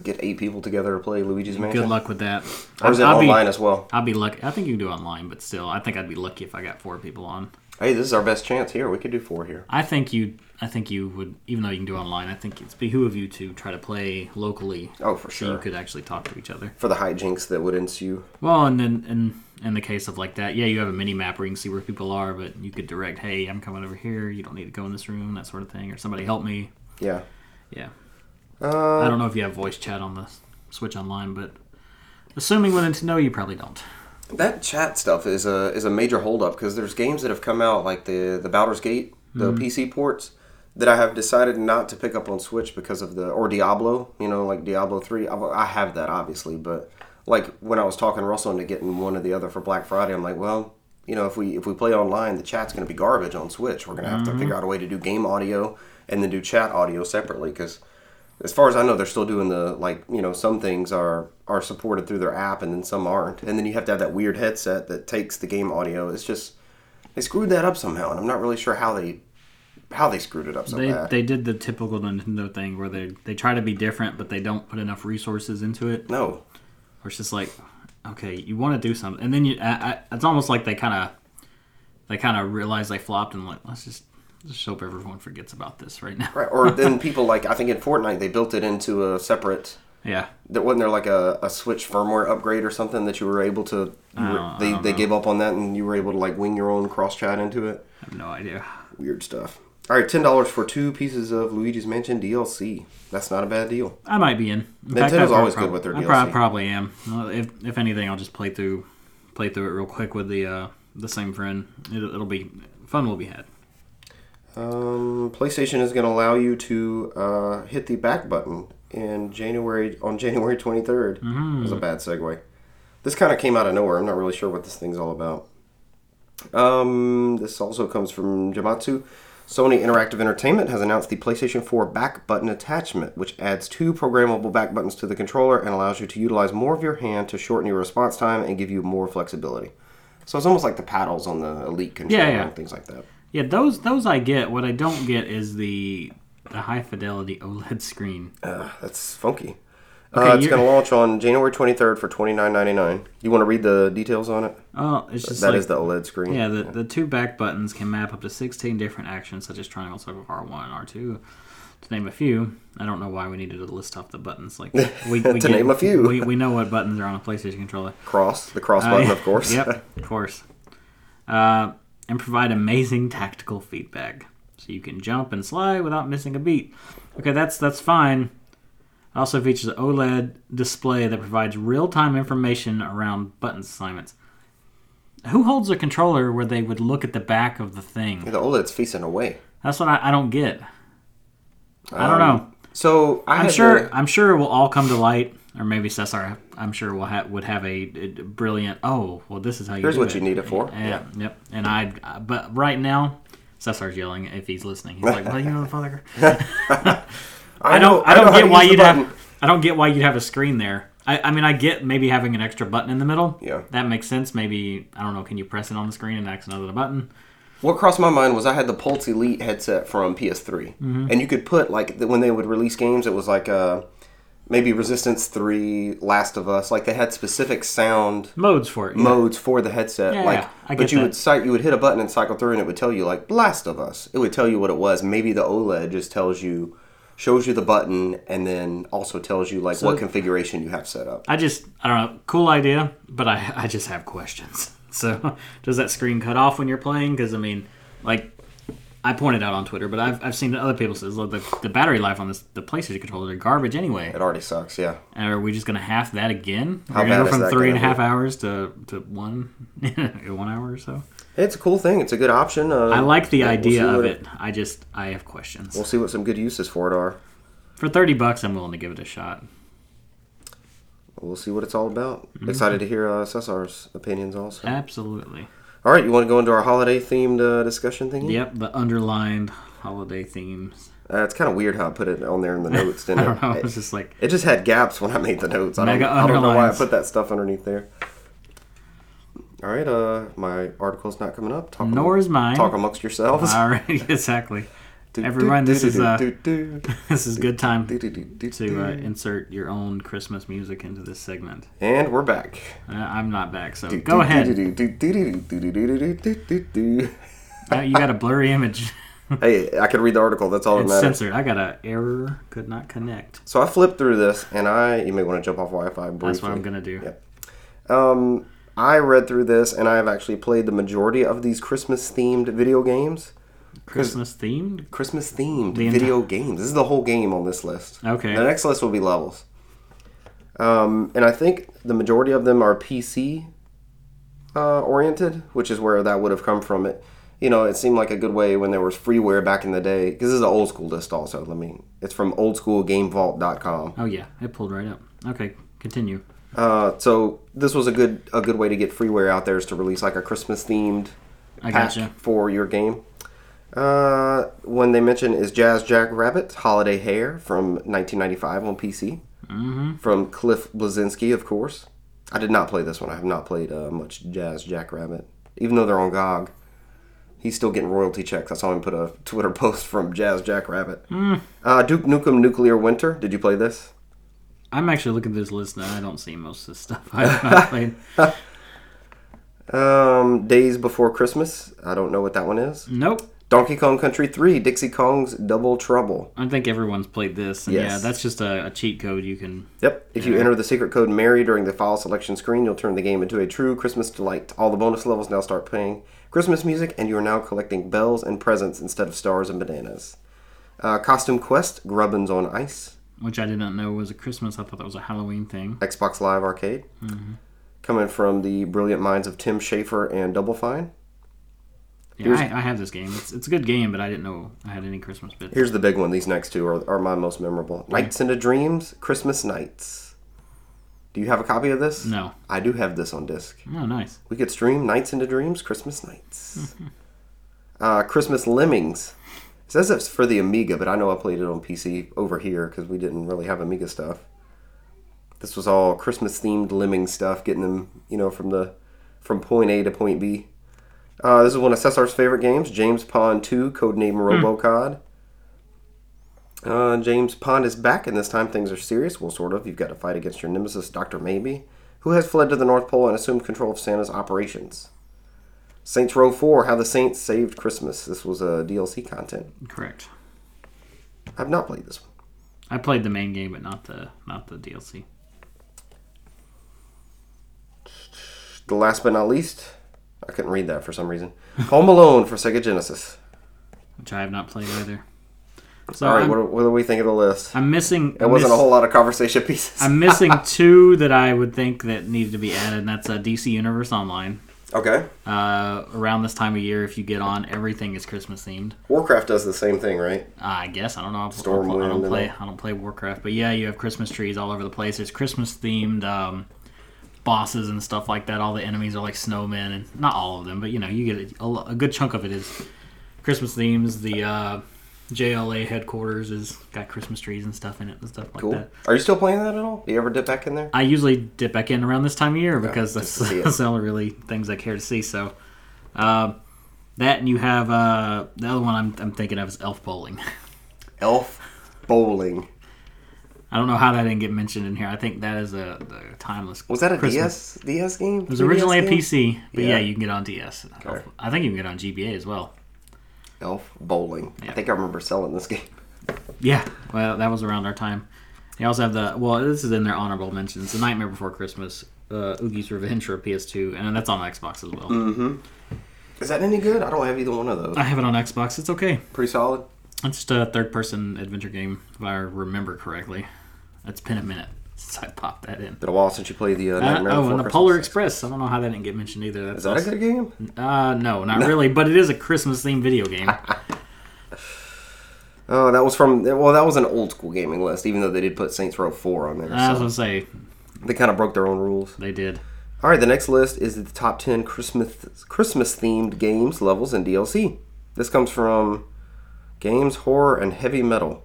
A: Get eight people together to play Luigi's Mansion.
B: Good luck with that.
A: Or is it
B: I'll be-
A: online as well?
B: I'd be lucky. I think you can do it online, but still, I think I'd be lucky if I got four people on.
A: Hey, this is our best chance here. We could do four here.
B: I think you. I think you would, even though you can do it online. I think it's behoove you to try to play locally,
A: Oh, for
B: so you
A: sure.
B: could actually talk to each other.
A: For the hijinks that would ensue.
B: Well, and then and in the case of like that, yeah, you have a mini map where you can see where people are, but you could direct, hey, I'm coming over here. You don't need to go in this room, that sort of thing, or somebody help me.
A: Yeah.
B: Yeah, I
A: Uh,
B: don't know if you have voice chat on the Switch Online, but assuming when it's no, you probably don't.
A: that chat stuff is a is a major holdup because there's games that have come out like the the Baldur's Gate, the PC ports that I have decided not to pick up on Switch because of the or Diablo, you know, like Diablo three. I, I have that obviously, but like when I was talking Russell into getting one or the other for Black Friday, I'm like, well, you know, if we if we play online, the chat's going to be garbage on Switch. We're going to have to figure out a way to do game audio and then do chat audio separately because as far as I know, they're still doing the like you know some things are are supported through their app and then some aren't, and then you have to have that weird headset that takes the game audio. It's just they screwed that up somehow, and I'm not really sure how they how they screwed it up so
B: They,
A: bad.
B: they did the typical Nintendo thing where they, they try to be different, but they don't put enough resources into it.
A: no,
B: Where it's just like, okay, you want to do something, and then you, I, I, it's almost like they kind of, they kind of realize they flopped and like, let's just, just hope everyone forgets about this right now.
A: right? Or then people like I think in Fortnite they built it into a separate.
B: Yeah,
A: That wasn't there like a, a Switch firmware upgrade or something that you were able to. You were,
B: don't- I
A: they
B: don't
A: they gave up on that and you were able to like wing your own cross chat into it.
B: I have no idea.
A: Weird stuff. All right, ten dollars for two pieces of Luigi's Mansion DLC. That's not a bad deal.
B: I might be in. in
A: Nintendo's
B: I prob-
A: always good with their
B: I prob-
A: DLC.
B: probably am. Well, if if anything, I'll just play through play through it real quick with the uh, the same friend. It, it'll be fun. Will be had.
A: Um, PlayStation is going to allow you to uh, hit the back button in January on January 23rd.
B: Mm-hmm.
A: That was a bad segue. This kind of came out of nowhere. I'm not really sure what this thing's all about. Um, this also comes from Jamatsu. Sony Interactive Entertainment has announced the PlayStation 4 back button attachment, which adds two programmable back buttons to the controller and allows you to utilize more of your hand to shorten your response time and give you more flexibility. So it's almost like the paddles on the Elite controller
B: yeah.
A: and things like that.
B: Yeah, those those I get. What I don't get is the the high fidelity OLED screen.
A: Uh, that's funky. uh,
B: Okay,
A: it's
B: you're-
A: going to launch on January 23rd for twenty nine ninety nine. You want to read the details on it?
B: Oh, it's just
A: That is
B: like
A: the OLED screen.
B: yeah. The, the two back buttons can map up to sixteen different actions, such as triangle, circle, R one, R two, to name a few. I don't know why we needed to list off the buttons. Like we, we
A: To name a few.
B: We, we know what buttons are on a PlayStation controller.
A: Cross, the cross button,
B: Uh,
A: of course.
B: yep, of course. Uh, and provide amazing tactical feedback, so you can jump and slide without missing a beat. Okay, that's that's fine. It also features an OLED E display that provides real-time information around button assignments. Who holds a controller where they would look at the back of the thing?
A: the OLED's facing away.
B: That's what I, I don't get. I don't
A: Um,
B: know.
A: So I
B: I'm
A: had
B: sure.
A: the-
B: I'm sure it will all come to light, or maybe Cesar. I'm sure will ha- would have a, a brilliant. Oh, well, this is how you.
A: Here's
B: do
A: what
B: it."
A: you need it for.
B: And-
A: Yeah.
B: Yep. And I. uh, But right now, Cesar's yelling if he's listening. He's like, "Well, you motherfucker." I don't. I
A: know
B: don't
A: how to
B: get why
A: use the
B: you'd
A: button.
B: have. I don't get why you'd have a screen there. I, I mean, I get maybe having an extra button in the middle.
A: Yeah.
B: That makes sense. Maybe I don't know. Can you press it on the screen and act another button?
A: What crossed my mind was I had the Pulse Elite headset from PS3, and you could put like the, when they would release games, it was like uh, maybe Resistance Three, Last of Us, like they had specific sound
B: Modes for it. yeah.
A: modes for the headset.
B: Yeah,
A: like,
B: I
A: but
B: get
A: you
B: that.
A: would cite, you would hit a button and cycle through, and it would tell you like Blast of Us. It would tell you what it was. Maybe the OLED just tells you, shows you the button, and then also tells you like what configuration you have set up.
B: I just I don't know. Cool idea, but I I just have questions. So does that screen cut off when you're playing? Because I mean, like I pointed out on Twitter, but I've, I've seen other people says look the, the battery life on this the PlayStation controller are garbage anyway.
A: It already sucks. Yeah,
B: And are we just gonna half that again?
A: How
B: We're gonna
A: bad
B: go
A: is
B: from
A: that
B: three and
A: gonna
B: a half hours to to one one hour or so.
A: it's a cool thing. It's a good option. Uh,
B: I like the
A: we'll see
B: idea
A: what
B: of it. I just I have questions.
A: We'll see what some good uses for it are.
B: For thirty bucks, I'm willing to give it a shot.
A: We'll see what it's all about.
B: Mm-hmm.
A: Excited to hear uh, Cesar's opinions also.
B: Absolutely.
A: All right, you want to go into our holiday themed uh, discussion thingy?
B: Yep. The underlined holiday themes.
A: Uh, it's kind of weird how I put it on there in the notes, didn't
B: I don't know.
A: it?
B: It's just like
A: It just had gaps when I made the notes. I don't,
B: Mega
A: I don't know why I
B: underlines.
A: put that stuff underneath there. All right, uh, my article's not coming up. Talk
B: Nor is mine.
A: talk amongst yourselves.
B: All right, exactly.
A: Do,
B: everyone,
A: do,
B: this
A: do,
B: is,
A: do,
B: uh,
A: do, do,
B: This is a good time
A: do, do, do, do,
B: to uh,
A: do.
B: insert your own Christmas music into this segment.
A: and we're back.
B: Uh, I'm not back, so
A: Do,
B: go
A: do,
B: ahead.
A: do, do, do, do, do, do, do, do, do, do, do.
B: Uh, you got a blurry image.
A: Hey, I could read the article. That's all that
B: it's
A: matters.
B: censored. I got a error. Could not connect.
A: So I flipped through this, and I you may want to jump off Wi-Fi briefly.
B: That's what I'm gonna do.
A: Yep. Um, I read through this, and I have actually played the majority of these Christmas-themed video games.
B: Christmas themed.
A: Christmas themed
B: The
A: video games. This is the whole game on this list.
B: Okay.
A: The next list will be levels. Um, and I think the majority of them are PC uh, oriented, which is where that would have come from. It, you know, it seemed like a good way when there was freeware back in the day. Because this is an old school list, also. Let me. It's from oldschoolgamevault.com.
B: Oh yeah, it pulled right up. Okay, continue.
A: Uh, so this was a good a good way to get freeware out there is to release like a Christmas themed
B: I
A: pack
B: gotcha.
A: for your game. Uh, one they mention is Jazz Jack Rabbit Holiday Hair from 1995 on PC. Mm-hmm. From Cliff Blazinski, of course. I did not play this one. I have not played uh, much Jazz Jack Rabbit, even though they're on GOG. He's still getting royalty checks. I saw him put a Twitter post from Jazz Jackrabbit.
B: Mm.
A: Uh, Duke Nukem Nuclear Winter. Did you play this?
B: I'm actually looking at this list now. I don't see most of the stuff I've I've played.
A: Um, Days Before Christmas. I don't know what that one is.
B: Nope.
A: Donkey Kong Country 3, Dixie Kong's Double Trouble.
B: I think everyone's played this. And Yeah,
A: Yes.
B: that's just a, a cheat code you can.
A: Yep. If you enter the secret code Mary during the file selection screen, you'll turn the game into a true Christmas delight. All the bonus levels now start playing Christmas music, and you are now collecting bells and presents instead of stars and bananas. Uh, Costume Quest, Grubbins on Ice,
B: Which I didn't know was a Christmas. I thought that was a Halloween thing.
A: Xbox Live Arcade. Coming from the brilliant minds of Tim Schafer and Double Fine.
B: Yeah, I, I have this game. It's, it's a good game, but I didn't know I had any Christmas bits.
A: Here's the big one. These next two are, are my most memorable Nights into Dreams, Christmas Nights. Do you have a copy of this?
B: No.
A: I do have this on disc.
B: Oh, nice.
A: We could stream Nights into Dreams, Christmas Nights. uh, Christmas Lemmings. It says it's for the Amiga, but I know I played it on PC over here because we didn't really have Amiga stuff. This was all Christmas themed lemming stuff, getting them, you know, from the from point A to point B. Uh, this is one of Cesar's favorite games, James Pond 2, codename Robocod. Uh, James Pond is back, and this time things are serious. Well, sort of. You've got to fight against your nemesis, Dr. Maybe, who has fled to the North Pole and assumed control of Santa's operations. Saints Row 4 How the Saints Saved Christmas. This was a DLC content.
B: Correct.
A: I've not played this one.
B: I played the main game, but not the not the DLC.
A: The last but not least, I couldn't read that for some reason. Home Alone for Sega Genesis.
B: which I have not played either. So
A: All right,
B: I'm,
A: what, do- what do we think of the list?
B: I'm missing.
A: It wasn't a whole lot of conversation pieces.
B: I'm missing two that I would think that needed to be added, and that's uh, DC Universe Online.
A: okay.
B: Uh, around this time of year, if you get on, everything is Christmas themed.
A: Warcraft does the same thing, right?
B: I guess I don't know. I don't- I
A: Stormwind
B: don't
A: and
B: play. I don't play Warcraft, but yeah, you have Christmas trees all over the place. There's Christmas themed um, bosses and stuff like that. All the enemies are like snowmen, and not all of them, but you know, you get a, a lo- a good chunk of it is Christmas themes. The uh, JLA headquarters is got Christmas trees and stuff in it and stuff like
A: Cool.
B: that.
A: Are you still playing that at all? Do you ever dip back in there?
B: I usually dip back in around this time of year because that's,
A: just to see it.
B: that's the only really things I care to see. So uh, that, and you have uh, the other one I'm, I'm thinking of is Elf Bowling.
A: Elf Bowling.
B: I don't know how that didn't get mentioned in here. I think that is a, a timeless.
A: Was that a
B: Christmas.
A: DS DS game?
B: It was originally a PC, but yeah,
A: Yeah.
B: you can get it on DS.
A: Okay.
B: I think you can get it on GBA as well.
A: Elf Bowling. I think I remember selling this game.
B: Yeah, well, that was around our time. They also have the well, this is in their honorable mentions: The Nightmare Before Christmas, uh, Oogie's Revenge for PS2, and that's on Xbox as well.
A: Mm. Is that any good? I don't have either one of those.
B: I have it on Xbox. It's okay.
A: Pretty solid.
B: It's just a third-person adventure game, if I remember correctly. It's been a minute since I popped that in.
A: Been a while since you played the uh,
B: Uh,
A: Nightmare
B: oh,
A: Before
B: and the
A: Christmas.
B: Polar Express. I don't know how that didn't get mentioned either. That's
A: Is that a good game?
B: Uh, no, not really, but it is a Christmas themed video game.
A: Oh, that was from. Well, that was an old school gaming list, even though they did put Saints Row 4 on there.
B: I was
A: so
B: gonna say
A: they kind of broke their own rules.
B: they did.
A: All right, the next list is the top 10 Christmas Christmas themed games, levels, and DLC. This comes from Games, Horror, and Heavy Metal.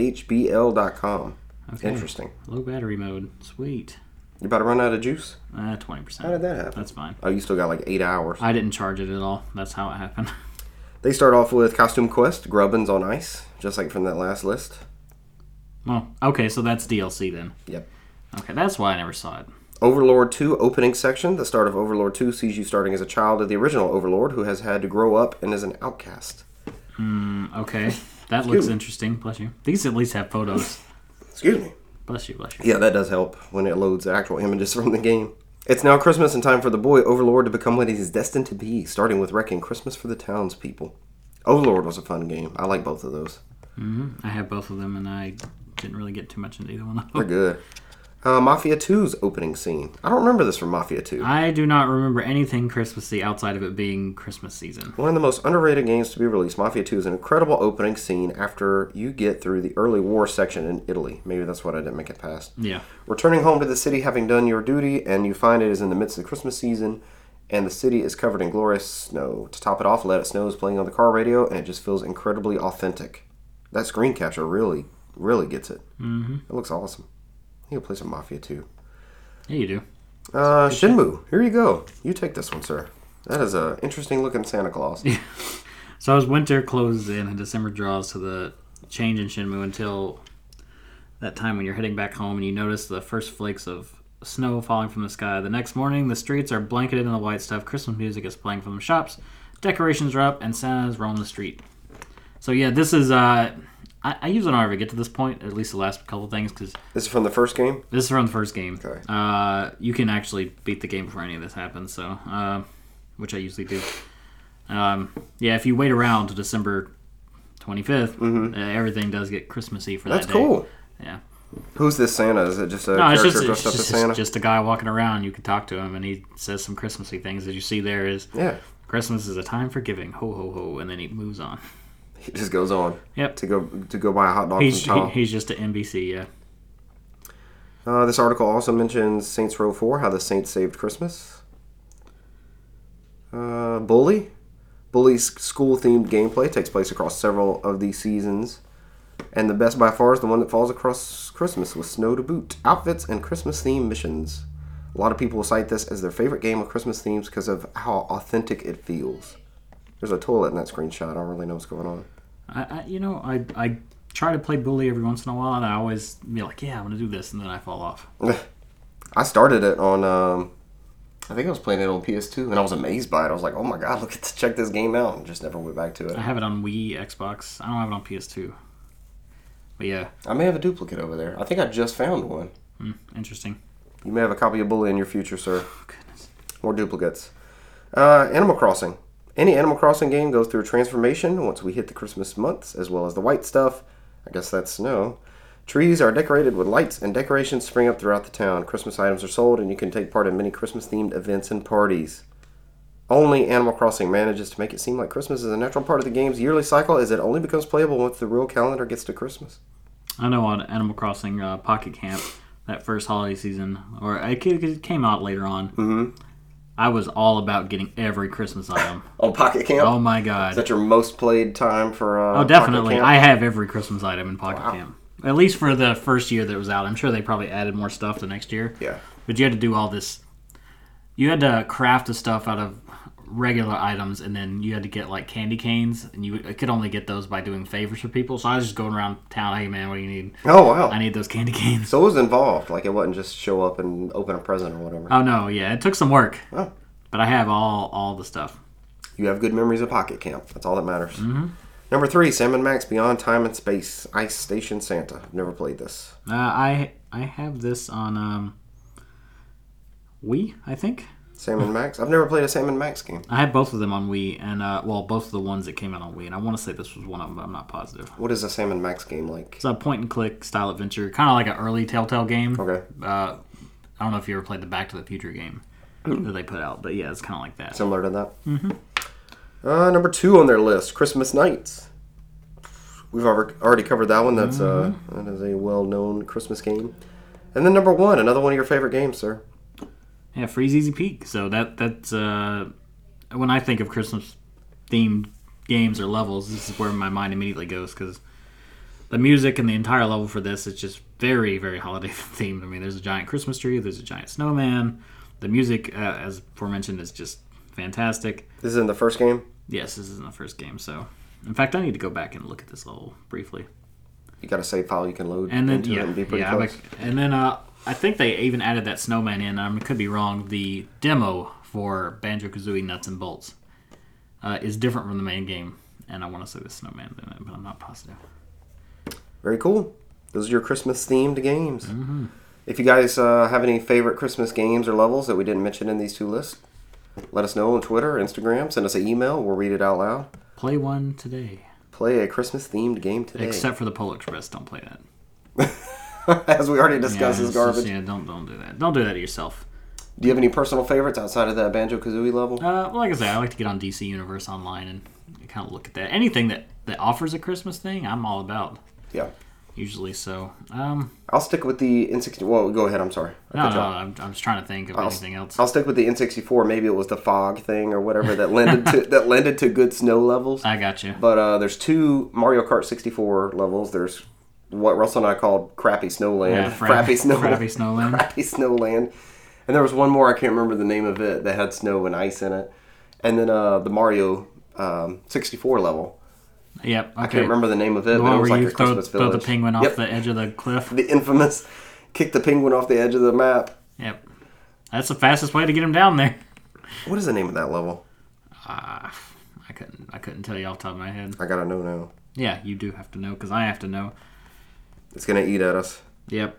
A: GBHBL.com. Interesting.
B: Low battery mode. Sweet.
A: You about to run out of juice?
B: Uh, 20%.
A: How did that happen?
B: That's fine.
A: Oh, you still got like eight hours.
B: I didn't charge it at all. That's how it happened.
A: They start off with Costume Quest, Grubbins on Ice, just like from that last list.
B: Well, okay, so that's DLC then.
A: Yep.
B: Okay, that's why I never saw it.
A: Overlord 2 opening section. The start of Overlord 2 sees you starting as a child of the original Overlord who has had to grow up and is an outcast.
B: Mm, Okay, that looks
A: me.
B: interesting. Bless you. These at least have photos.
A: Excuse me.
B: Bless you, bless you.
A: Yeah, that does help when it loads the actual images from the game. It's now Christmas and time for the boy Overlord to become what he is destined to be, starting with wrecking Christmas for the townspeople. Overlord was a fun game. I like both of those.
B: I have both of them, and I didn't really get too much into either one of
A: They're
B: them.
A: good. Uh, Mafia 2's opening scene. I don't remember this from Mafia 2.
B: I do not remember anything Christmassy outside of it being Christmas season.
A: One of the most underrated games to be released, Mafia 2 is an incredible opening scene after you get through the early war section in Italy. Maybe that's what I didn't make it past.
B: Yeah.
A: Returning home to the city having done your duty, and you find it is in the midst of the Christmas season, and the city is covered in glorious snow. To top it off, Let It Snow is playing on the car radio, and it just feels incredibly authentic. That screen capture really, really gets it. Mm-hmm. It looks awesome. He'll play some Mafia 2.
B: Yeah, you do.
A: Uh, Shinmu, here you go. You take this one, sir. That is a interesting looking Santa Claus.
B: So as winter closes in and December draws to the change in Shinmu until that time when you're heading back home and you notice the first flakes of snow falling from the sky. The next morning, the streets are blanketed in the white stuff. Christmas music is playing from the shops. Decorations are up and Santa's roam the street. So yeah, this is uh, I, I usually don't ever get to this point. At least the last couple things because
A: This is from the first game.
B: this is from the first game.
A: Okay.
B: Uh, you can actually beat the game before any of this happens, so uh, which I usually do. Um, yeah, if you wait around to December 25th, uh, everything does get Christmassy for
A: Mm-hmm. That's
B: that day.
A: cool.
B: Yeah.
A: Who's this Santa? Is it just a
B: No, it's
A: character
B: just, it's
A: dressed up as
B: just,
A: Santa?
B: it's just a guy walking around. You can talk to him, and he says some Christmassy things. As you see, there is
A: yeah,
B: Christmas is a time for giving. Ho, ho, ho. And then he moves on.
A: he just goes on
B: Yep.
A: to go to go buy a hot dog
B: He's,
A: from Tom.
B: he, he's just an NBC, yeah.
A: Uh, this article also mentions Saints Row 4, how the Saints saved Christmas. Uh, Bully. Bully's school themed gameplay takes place across several of these seasons. And the best by far is the one that falls across Christmas with snow to boot, outfits, and Christmas themed missions. A lot of people cite this as their favorite game with Christmas themes because of how authentic it feels. There's a toilet in that screenshot. I don't really know what's going on.
B: I, I you know, I, I try to play Bully every once in a while, and I always be like, yeah, I'm going to do this, and then I fall off.
A: I started it on. Um, I think I was playing it on PS2, and I was amazed by it. I was like, "Oh my god, look at this, check this game out!" And just never went back to it.
B: I have it on Wii, Xbox. I don't have it on PS2. But yeah,
A: I may have a duplicate over there. I think I just found one.
B: hmm, interesting.
A: You may have a copy of Bully in your future, sir.
B: Oh, goodness.
A: More duplicates. Uh, Animal Crossing. Any Animal Crossing game goes through a transformation once we hit the Christmas months, as well as the white stuff. I guess that's snow. Trees are decorated with lights, and decorations spring up throughout the town. Christmas items are sold, and you can take part in many Christmas themed events and parties. Only Animal Crossing manages to make it seem like Christmas is a natural part of the game's yearly cycle, as it only becomes playable once the real calendar gets to Christmas.
B: I know on Animal Crossing uh, Pocket Camp, that first holiday season, or it, ca- it came out later on,
A: Mhm.
B: I was all about getting every Christmas item.
A: Oh, Pocket Camp?
B: oh my
A: Is
B: god.
A: that your most played time for? Uh,
B: Oh,
A: Pocket
B: definitely.
A: Camp?
B: I have every Christmas item in Pocket
A: Wow.
B: Camp. At least for the first year that it was out. I'm sure they probably added more stuff the next year.
A: yeah.
B: But you had to do all this. You had to craft the stuff out of regular items, and then you had to get like candy canes, and you could only get those by doing favors for people. So I was just going around town, hey man, what do you need?
A: Oh wow.
B: I need those candy canes.
A: So it was involved. Like it wasn't just show up and open a present or whatever.
B: Oh no, yeah, it took some work,
A: Oh.
B: but I have all all the stuff.
A: You have good memories of Pocket Camp. That's all that matters. Number three, Sam and Max Beyond Time and Space, Ice Station Santa. I've never played this.
B: Uh, I I have this on um, Wii, I think.
A: Sam and Max. I've never played a Sam and Max game.
B: I had both of them on Wii, and uh, well, both of the ones that came out on Wii, and I want to say this was one of them, but I'm not positive.
A: What is a Sam and Max game like?
B: It's a point and click style adventure, kind of like an early Telltale game.
A: Okay.
B: uh, I don't know if you ever played the Back to the Future game that they put out, but yeah, it's kind of like that.
A: Similar to that. Mm-hmm. Uh, number two on their list, Christmas Nights. We've alre- already covered that one. That's uh, that is a well-known Christmas game. And then number one, another one of your favorite games, sir.
B: yeah, Freeze Easy Peak. So that that's uh, when I think of Christmas themed games or levels, this is where my mind immediately goes because the music and the entire level for this is just very very holiday themed. I mean, there's a giant Christmas tree, there's a giant snowman. The music, uh, as aforementioned, is just fantastic.
A: This is in the first game.
B: Yes, this isn't the first game, so in fact, I need to go back and look at this level briefly.
A: You got a save file you can load
B: and then
A: into
B: yeah,
A: it and be pretty
B: yeah,
A: close.
B: like- and then uh, I think they even added that snowman in. I could be wrong. The demo for Banjo Kazooie Nuts and Bolts uh, is different from the main game, and I want to say the snowman in it, but I'm not positive.
A: Very cool. Those are your Christmas themed games.
B: Mm-hmm.
A: If you guys uh, have any favorite Christmas games or levels that we didn't mention in these two lists, let us know on Twitter, Instagram, send us an email. We'll read it out loud.
B: Play one today,
A: Play a Christmas themed game today.
B: except for the Polo Express. Don't play that.
A: As we already
B: Yeah,
A: discussed, is
B: it's just-
A: garbage.
B: yeah, don't don't do that. Don't do that to yourself.
A: Do you have any personal favorites outside of that Banjo Kazooie level?
B: Uh, well, like I said, I like to get on DC Universe Online and kind of look at that. Anything that that offers a Christmas thing, I'm all about.
A: Yeah.
B: Usually, so um,
A: I'll stick with the N64. Well, go ahead. I'm sorry. I
B: no,
A: cut
B: no,
A: you
B: no
A: off.
B: I'm, I'm just trying to think of anything else.
A: I'll stick with the N64. Maybe it was the fog thing or whatever that lended to that lended to good snow levels.
B: I got you.
A: But uh, there's two Mario Kart 64 levels. There's what Russell and I called Crappy Snowland.
B: Yeah, Fra-
A: Frappy Snowland.
B: Frappy Snowland.
A: Crappy Snowland. And there was one more, I can't remember the name of it, that had snow and ice in it. and then uh, the Mario um, 64 level.
B: Yep. Okay.
A: I can't remember the name of it,
B: The
A: but
B: one
A: it was
B: where
A: like
B: you
A: a
B: throw,
A: Christmas
B: throw the
A: village.
B: penguin off
A: Yep.
B: the edge of the cliff.
A: The infamous kick the penguin off the edge of the map.
B: Yep. That's the fastest way to get him down there.
A: What is the name of that level?
B: Ah, I couldn't. I couldn't tell you off the top of my head.
A: I gotta know now.
B: Yeah, you do have to know because I have to know.
A: It's gonna eat at us.
B: Yep.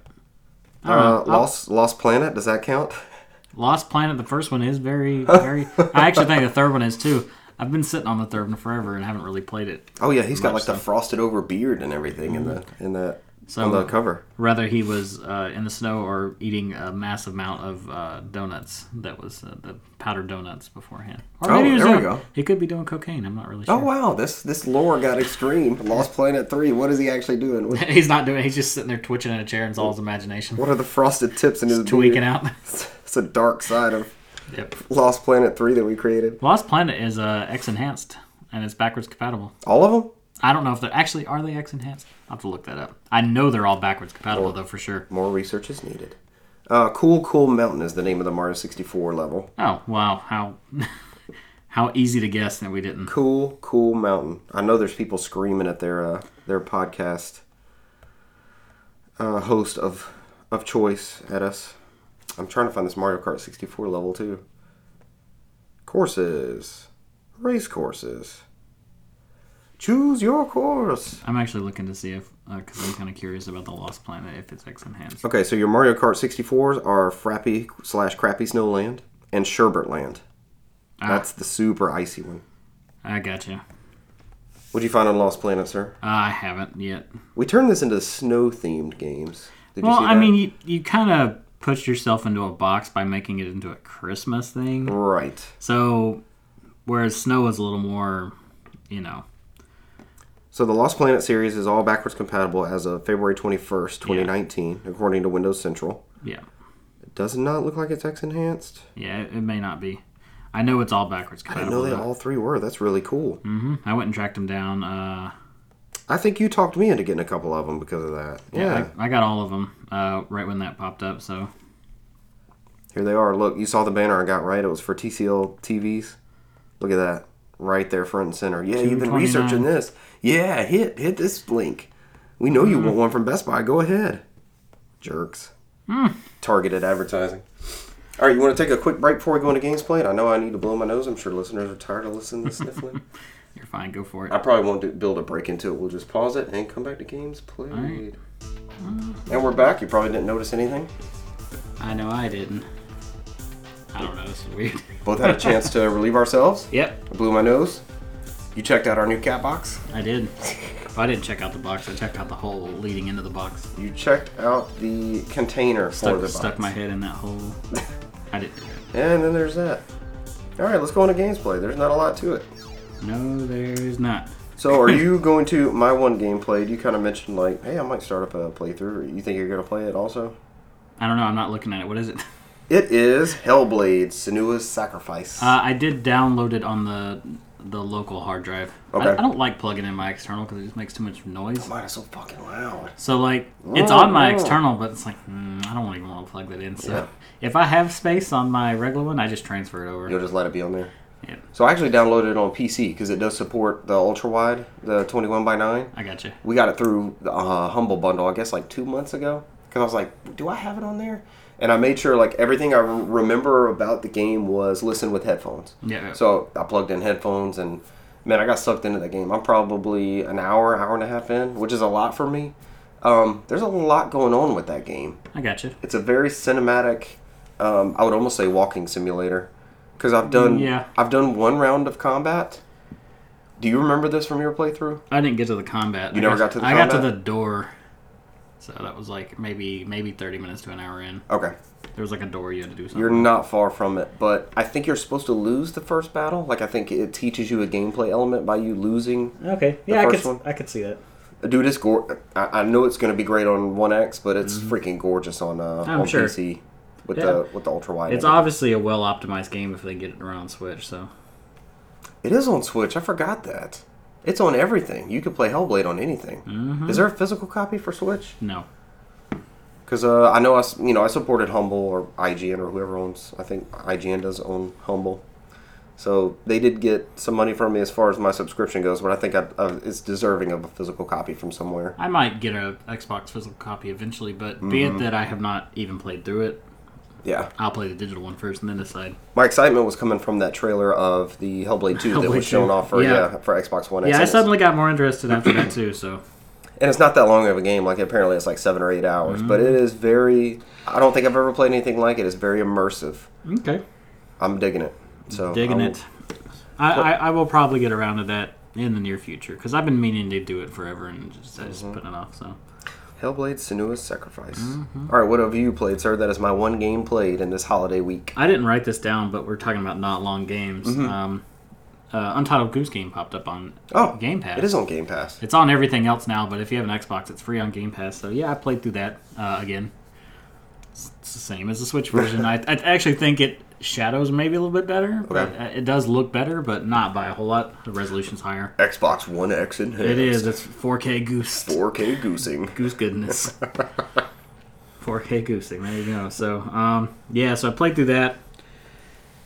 B: I don't know.
A: Uh, Lost Lost Planet. Does that count?
B: Lost Planet, the first one is very, very. I actually think the third one is too. I've been sitting on the third one forever and haven't really played it.
A: Oh yeah, he's got like the frosted over beard and everything in the in that
B: So-
A: on the cover.
B: Rather, he was uh, in the snow or eating a massive amount of uh, donuts. That was uh, the powdered donuts beforehand. Or
A: Oh,
B: maybe he was
A: there we
B: doing-
A: go.
B: He could be doing cocaine. I'm not really
A: Oh
B: sure.
A: wow, this this lore got extreme. Lost Planet Three. What is he actually doing? What,
B: he's not doing. it. He's just sitting there twitching in a chair. and It's all his imagination.
A: what are the frosted tips in his
B: Tweaking
A: beard?
B: out.
A: It's a dark side of
B: yep.
A: Lost Planet Three that we created.
B: Lost Planet is uh, X enhanced and it's backwards compatible.
A: All of them.
B: I don't know if they're actually are they X enhanced. I'll have to look that up. I know they're all backwards compatible though for sure.
A: More research is needed. Uh, cool, cool mountain is the name of the Mario 64 level.
B: Oh wow, how how easy to guess that we didn't.
A: Cool, cool mountain. I know there's people screaming at their uh, their podcast uh, host of of choice at us. I'm trying to find this Mario Kart 64 level too. Courses, race courses. Choose your course.
B: I'm actually looking to see if because I'm kind of curious about the Lost Planet if it's X enhanced.
A: Okay, so your Mario Kart 64s are Frappy slash Crappy Snowland and Sherbert Land.
B: Ah.
A: That's the super icy one.
B: I gotcha.
A: What'd you find on Lost Planet, sir?
B: Uh, I haven't yet.
A: We turned this into snow themed games. Did
B: Well,
A: you see
B: I
A: that?
B: mean, you, you kind of put yourself into a box by making it into a Christmas thing.
A: Right.
B: So, whereas snow is a little more, you know,
A: So the Lost Planet series is all backwards compatible as of February 21st, 2019, according to Windows Central.
B: yeah,
A: It does not look like it's X enhanced.
B: yeah, it, it may not be. I know it's all backwards
A: I
B: compatible.
A: didn't know that
B: though.
A: all three were. That's really cool.
B: Mhm. I went and tracked them down. Uh,
A: I think you talked me into getting a couple of them because of that. Yeah.
B: yeah, I, I got all of them uh, right when that popped up. So
A: Here they are. Look, you saw the banner I got right. It was for TCL TVs. Look at that. Right there, front and center. Yeah, you've been
B: 229.
A: researching this. Yeah, hit hit this link. We know you want one from Best Buy. Go ahead. Jerks. Targeted advertising. All right, you want to take a quick break before we go into games played? I know I need to blow my nose. I'm sure listeners are tired of listening to sniffling.
B: you're fine. Go for it.
A: I probably won't do, build a break into it. We'll just pause it and come back to games played.
B: right.
A: And we're back. You probably didn't notice anything.
B: I know I didn't. I don't know. This is weird.
A: Both had a chance to relieve ourselves.
B: yep,
A: I blew my nose. You checked out our new cat box.
B: I did. Well, I didn't check out the box. I checked out the hole leading into the box.
A: You checked out the container for
B: Stuck,
A: the
B: stuck
A: box.
B: my head in that hole. I didn't. do
A: And then there's that. All right, let's go into gameplay. There's not a lot to it.
B: it. No, there's not.
A: So, are you going to my one gameplay? You kind of mentioned like, hey, I might start up a playthrough. You think you're going to play it also?
B: I don't know. I'm not looking at it. What is it?
A: It is Hellblade: Senua's Sacrifice.
B: Uh, I did download it on the the local hard drive.
A: Okay.
B: I, I don't like plugging in my external because it just makes too much noise.
A: Mine is so fucking loud.
B: So like
A: Oh,
B: it's on my external, but it's like mm, I don't even want to plug that in. So
A: Yeah.
B: if I have space on my regular one, I just transfer it
A: You'll
B: over.
A: just let it be on there.
B: Yeah,
A: So I actually downloaded it on PC because it does support the ultra wide, the 21 by 9.
B: I got you.
A: we got it through the uh, humble bundle i guess like two months ago because i was like do i have it on there and i made sure like everything i re- remember about the game was listen with headphones
B: Yeah.
A: so i plugged in headphones and man i got sucked into the game i'm probably an hour hour and a half in which is a lot for me um, there's a lot going on with that game
B: I got you.
A: it's a very cinematic um, i would almost say walking simulator because i've done
B: Yeah.
A: i've done one round of combat do you remember this from your playthrough
B: I didn't get to the combat. You
A: never got to the
B: I got to
A: combat?
B: the door. So that was like maybe maybe thirty minutes to an hour in.
A: okay
B: There was like a door you had to do something.
A: You're not far from it, but I think you're supposed to lose the first battle. Like I think it teaches you a gameplay element by you losing.
B: okay.
A: Yeah, I could- first one?
B: I could see that.
A: Dude, it's gor I, I know it's going to be great on One X, but it's freaking gorgeous on uh,
B: Mm-hmm. I'm
A: on
B: sure.
A: PC with the with the ultra wide.
B: It's obviously a well optimized game if they get it around Switch. So
A: It is on Switch. I forgot that. It's on everything. You can play Hellblade on anything.
B: Mm-hmm.
A: Is there a physical copy for Switch?
B: no.
A: Because uh, I know I s- you know I supported Humble or IGN or whoever owns. I think IGN does own Humble. So they did get some money from me as far as my subscription goes, but I think I, uh, it's deserving of a physical copy from somewhere.
B: I might get a Xbox physical copy eventually, but be
A: Mm-hmm.
B: it that I have not even played through it,
A: Yeah,
B: I'll play the digital one first and then decide.
A: my excitement was coming from that trailer of the Hellblade Two that
B: Hellblade
A: was shown
B: 2,
A: off for yeah.
B: yeah.
A: for Xbox One X.
B: Yeah, I
A: and it's-
B: suddenly got more interested after that too. So
A: and it's not that long of a game. Like apparently it's like seven or eight hours, but
B: Mm-hmm.
A: it is very. I don't think I've ever played anything like it. It's very immersive.
B: okay,
A: I'm digging it. So
B: digging
A: I will-
B: it. I, I, I will probably get around to that in the near future because I've been meaning to do it forever and just I
A: Mm-hmm.
B: just putting it off. So
A: Hellblade: Senua's Sacrifice.
B: Mm-hmm.
A: All right, what have you played, sir? That is my one game played in this holiday week.
B: I didn't write this down, but we're talking about not long games.
A: Mm-hmm.
B: Um, uh, Untitled Goose Game popped up on
A: Oh,
B: Game Pass.
A: It is on Game Pass.
B: It's on everything else now, but if you have an Xbox, it's free on Game Pass. So yeah, I played through that uh, again. It's, it's the same as the Switch version. I, I actually think it shadows maybe a little bit better. But
A: Okay.
B: uh, it does look better, but not by a whole lot. The resolution's higher.
A: Xbox One X and
B: It is. It's 4K goose.
A: 4K goosing.
B: Goose goodness. 4K goosing. There you go. So um, yeah, so I played through that.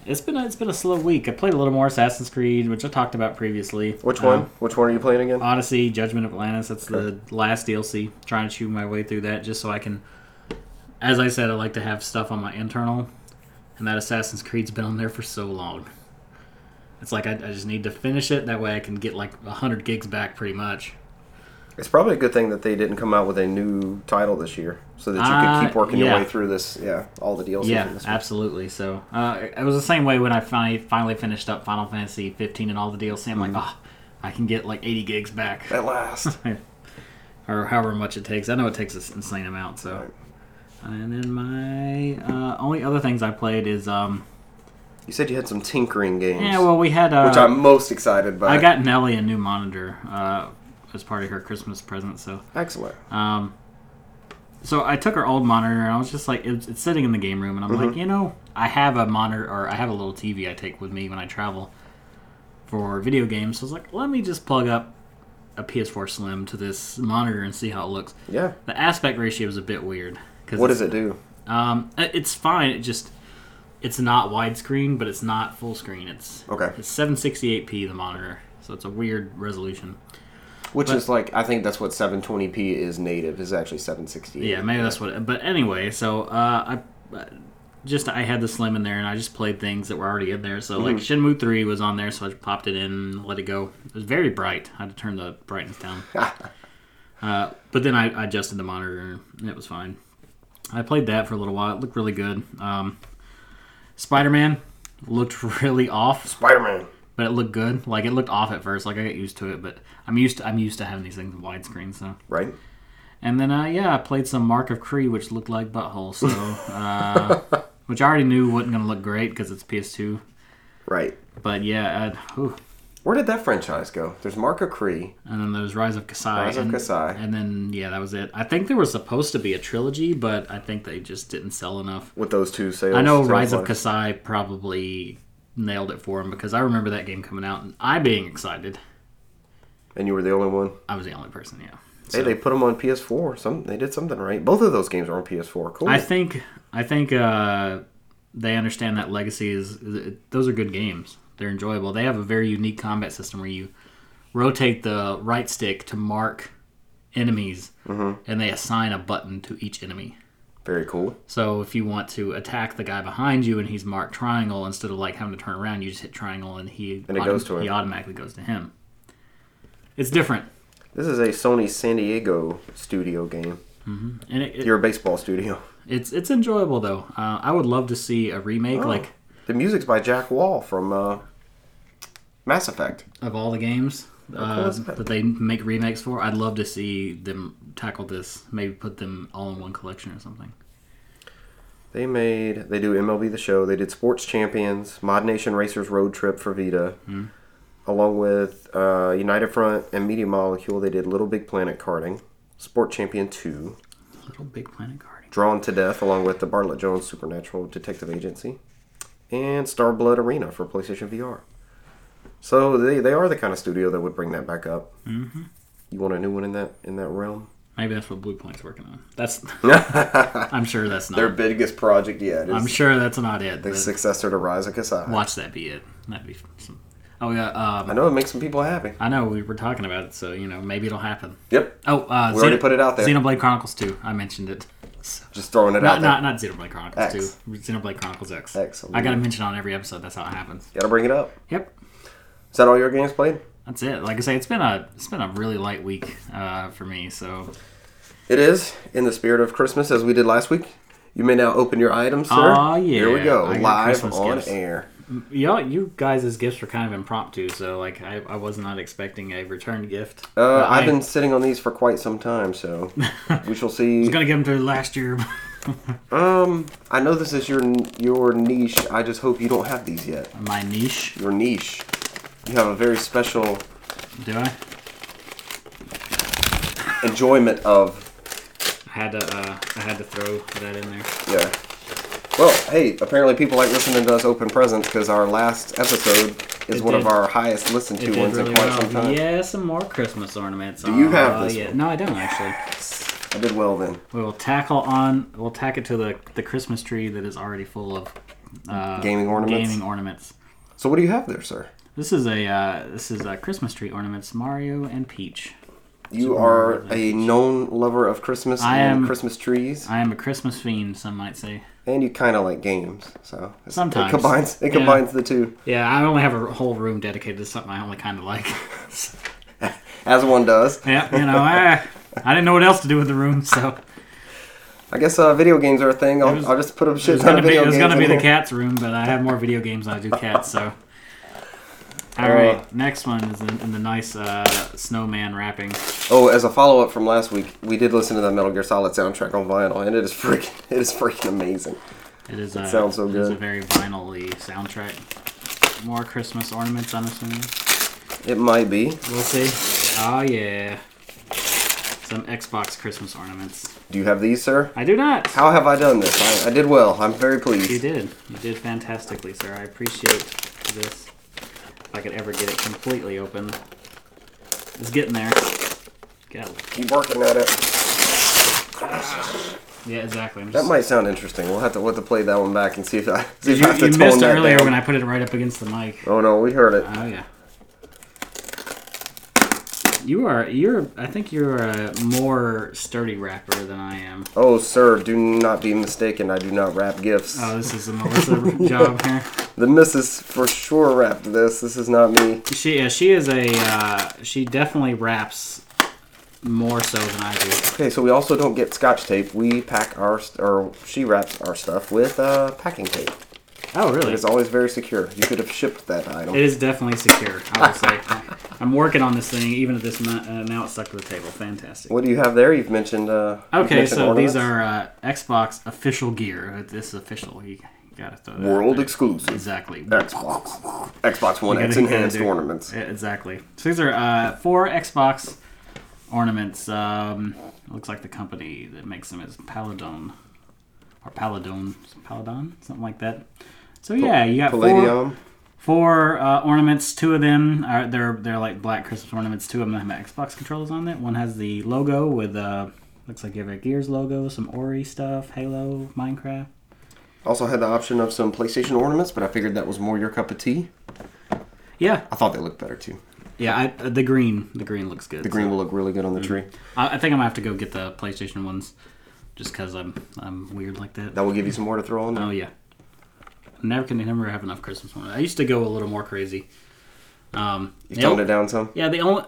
B: It's been a, it's been a slow week. I played a little more Assassin's Creed, which I talked about previously.
A: Which one?
B: Um,
A: Which one are you playing again?
B: Odyssey, Judgment of Atlantis. That's the last DLC. Trying to chew my way through that just so I can. As I said, I like to have stuff on my internal, and that Assassin's Creed's been on there for so long. It's like I, I just need to finish it. That way I can get like 100 gigs back pretty much.
A: It's probably a good thing that they didn't come out with a new title this year, so that you could
B: Uh,
A: keep working your
B: yeah.
A: way through this. Yeah, all the DLC.
B: Yeah,
A: from this one.
B: absolutely. So uh, it was the same way when I finally finally finished up Final Fantasy 15 and all the DLC. I'm like,
A: Mm-hmm.
B: oh, I can get like 80 gigs back.
A: At last.
B: or however much it takes. I know it takes an insane amount. So, and then my uh, only other things I played is um
A: you said you had some tinkering games,
B: yeah well we had uh,
A: which I'm most excited by.
B: I got Nelly a new monitor uh, as part of her Christmas present. So
A: excellent.
B: um so I took her old monitor and I was just like it's, it's sitting in the game room and I'm
A: Mm-hmm.
B: like you know I have a monitor or I have a little TV I take with me when I travel for video games. So I was like let me just plug up a PS4 Slim to this monitor and see how it looks.
A: Yeah.
B: The aspect ratio is a bit weird. Cause
A: What
B: it's-
A: does it do?
B: Um, i- it's fine. It just it's not widescreen, but it's not full screen. It's
A: Okay.
B: It's 768p the monitor, so it's a weird resolution.
A: Which is like I think that's what 720p is native is actually 768.
B: Yeah, maybe that's what. It, but anyway, so uh, I uh, just I had the slim in there, and I just played things that were already in there. So like Shenmue three was on there, so I popped it in, let it go. It was very bright. I had to turn the brightness down. uh, but then I, I adjusted the monitor, and it was fine. I played that for a little while. It looked really good. Um, Spider Man looked really off,
A: Spider-Man.
B: but it looked good. Like it looked off at first. Like I got used to it, but I'm used to I'm used to having these things widescreen, so.
A: Right.
B: And then, uh, yeah, I played some Mark of Cree, which looked like Butthole, so uh, which I already knew wasn't going to look great because it's PS2.
A: Right.
B: But yeah, i ooh.
A: Where did that franchise go? There's Marco Cree.
B: and then there was Rise of Kasai.
A: Rise of
B: and,
A: Kasai.
B: And then, yeah, that was it. I think there was supposed to be a trilogy, but I think they just didn't sell enough.
A: with those two sales.
B: I know
A: sales
B: Rise of
A: lines.
B: Kasai probably nailed it for him because I remember that game coming out and I being excited.
A: and you were the only one.
B: I was the only person, yeah.
A: Hey, they put them on PS4. Some they did something right. Both of those games are on PS4. Cool.
B: I think I think uh, they understand that legacy is, is it- those are good games. They're enjoyable. They have a very unique combat system where you rotate the right stick to mark enemies,
A: Mm-hmm.
B: and they assign a button to each enemy.
A: Very cool.
B: So if you want to attack the guy behind you and he's marked triangle instead of like having to turn around, you just hit triangle and he
A: And it goes to him.
B: he automatically goes to him. It's different,
A: This is a Sony San Diego studio game.
B: and it, it-
A: You're a baseball studio.
B: it's it's enjoyable though. Uh, I would love to see a remake
A: Oh.
B: like
A: The music's by Jack Wall from uh, Mass Effect.
B: of all the games uh,
A: is that?
B: that they make remakes for, I'd love to see them tackle this. Maybe put them all in one collection or something.
A: They made they do MLB the Show. They did Sports Champions, Mod Nation Racers Road Trip for Vita,
B: Hmm.
A: along with uh, United Front and Media Molecule. They did Little Big Planet Karting, Sport Champion Two,
B: Little Big Planet Guardian.
A: Drawn to Death, along with the Bartlett Jones Supernatural Detective Agency, and Star Blood Arena for PlayStation VR. So they, they are the kind of studio that would bring that back up. Mm-hmm. You want a new one in that in that realm?
B: Maybe that's what Blue Point's working on. That's
A: Their
B: I'm sure that's not.
A: biggest project yet
B: I'm
A: is
B: sure that's not it.
A: the
B: but
A: successor to Rise of Kasai.
B: watch that be it. That'd be. Some, oh yeah. Um,
A: I know it makes some people happy.
B: I know we were talking about it, so you know maybe it'll happen.
A: Yep,
B: Oh, uh,
A: We already put it out there.
B: Xenoblade Chronicles Two. I mentioned it. So-
A: just throwing it
B: not
A: out there.
B: not not Xenoblade Chronicles
A: X.
B: Two. Xenoblade Chronicles X.
A: X,
B: I gotta mention it on every episode. That's how it happens.
A: Gotta bring it up.
B: Yep.
A: Is that all your games played?
B: That's it. Like I say, it's been a it's been a really light week uh, for me. So
A: It is in the spirit of Christmas, as we did last week. You may now open your items, sir.
B: Aw, yeah.
A: Here we go,
B: I got
A: live
B: Christmas
A: on
B: gifts.
A: air.
B: y'all, you guys' gifts were kind of impromptu. So like I, I was not expecting a return gift.
A: Uh,
B: But
A: I've
B: I
A: been sitting on these for quite some time, so we shall see.
B: was gonna give them to last year.
A: Um, I know this is your your niche. I just hope you don't have these yet.
B: My niche,
A: Your niche. You have a very special
B: do I?
A: enjoyment of
B: I had to uh, I had to throw that in there.
A: yeah. Well, hey, apparently people like listening to us open presents because our last episode is
B: It
A: one of
B: did-
A: our highest listened
B: It
A: to
B: did
A: ones
B: really
A: in quite some
B: well.
A: time.
B: Yeah, some more Christmas ornaments. Do
A: you have this one?
B: No, I don't actually.
A: I did well then.
B: We will tackle on. We'll tack it to the the Christmas tree that is already full of uh,
A: Gaming ornaments?
B: Gaming ornaments.
A: So what do you have there, sir?
B: This is a uh, this is a Christmas tree ornaments. Mario and Peach.
A: You are a known lover of Christmas
B: I
A: and
B: am-
A: Christmas trees,
B: I am a Christmas fiend, some might say.
A: and you kind of like games, so it's-
B: Sometimes.
A: it combines it
B: Yeah.
A: combines the two
B: Yeah, I only have a whole room dedicated to something I only kind of like.
A: as one does.
B: yeah, you know, I, I didn't know what else to do with the room, so
A: I guess uh, video games are a thing. I'll,
B: was-
A: I'll just put up a
B: it
A: shit
B: was
A: ton
B: gonna
A: of
B: be
A: video
B: it was
A: games.
B: gonna be
A: in
B: the
A: here.
B: cat's room, but I have more video games than I do cats, so. All
A: Uh.
B: right, next one is in, in the nice uh, snowman wrapping.
A: Oh, as a follow up from last week, we did listen to the Metal Gear Solid soundtrack on vinyl, and it is freaking it is freaking amazing.
B: It is a,
A: sounds so
B: It is a
A: good.
B: very vinyl-y soundtrack. More Christmas ornaments, I'm assuming.
A: It might be.
B: We'll see. Oh yeah, some Xbox Christmas ornaments.
A: Do you have these, sir?
B: I do not.
A: How have I done this? I, I did well. I'm very
B: You
A: pleased.
B: did. You did fantastically, sir. I appreciate this. If I could ever get it completely open, it's getting there. Got it.
A: Keep working at it.
B: Yeah, exactly. I'm
A: That
B: just,
A: might sound interesting. We'll have to we'll have to play that one back and see if I see if I
B: you
A: have to
B: you
A: tone
B: missed
A: that
B: earlier
A: down.
B: when I put it right up against the mic.
A: Oh no, we heard it.
B: Oh yeah. You are you're I think you're a more sturdy rapper than I am.
A: Oh, sir, do not be mistaken. I do not wrap gifts.
B: Oh, this is a Melissa job here.
A: the missus for sure wrapped this. This is not me.
B: She yeah, she is a uh, she definitely raps more so than I do.
A: Okay, so we also don't get scotch tape. We pack our st- or she wraps our stuff with uh, packing tape.
B: Oh really?
A: It's always very secure. You could have shipped that item.
B: It is definitely secure. I would say. I'm working on this thing, even at this mo- uh, now it's stuck to the table. Fantastic.
A: What do you have there? You've mentioned. Uh, you've
B: Okay,
A: mentioned
B: so these
A: ornaments.
B: are uh, Xbox official gear. This is official. You, you gotta throw that. out
A: world
B: there.
A: exclusive
B: Exactly.
A: Xbox Xbox One
B: You
A: X
B: gotta- you gotta
A: enhanced
B: do-
A: ornaments.
B: Yeah, exactly. So these are uh, four Xbox ornaments. Um, it looks like the company that makes them is Paladon or Paladon, Paladon, something like that. So yeah, you got four,
A: Palladium.
B: four uh, ornaments. Two of them are they're they're like black Christmas ornaments. Two of them have Xbox controllers on it. One has the logo with uh, looks like you have a Gears logo, some Ori stuff, Halo, Minecraft.
A: Also had the option of some PlayStation ornaments, but I figured that was more your cup of tea.
B: Yeah,
A: I thought they looked better too.
B: yeah. I, uh, the green, the green looks good.
A: The green will look really good on
B: Mm.
A: the tree.
B: I, I think I'm gonna have to go get the PlayStation ones, just because I'm I'm weird like that.
A: That will give you some more to throw on there.
B: Oh yeah, never can never have enough Christmas ones. I used to go a little more crazy. Um,
A: You
B: the
A: toned
B: o-
A: it down some.
B: yeah, the only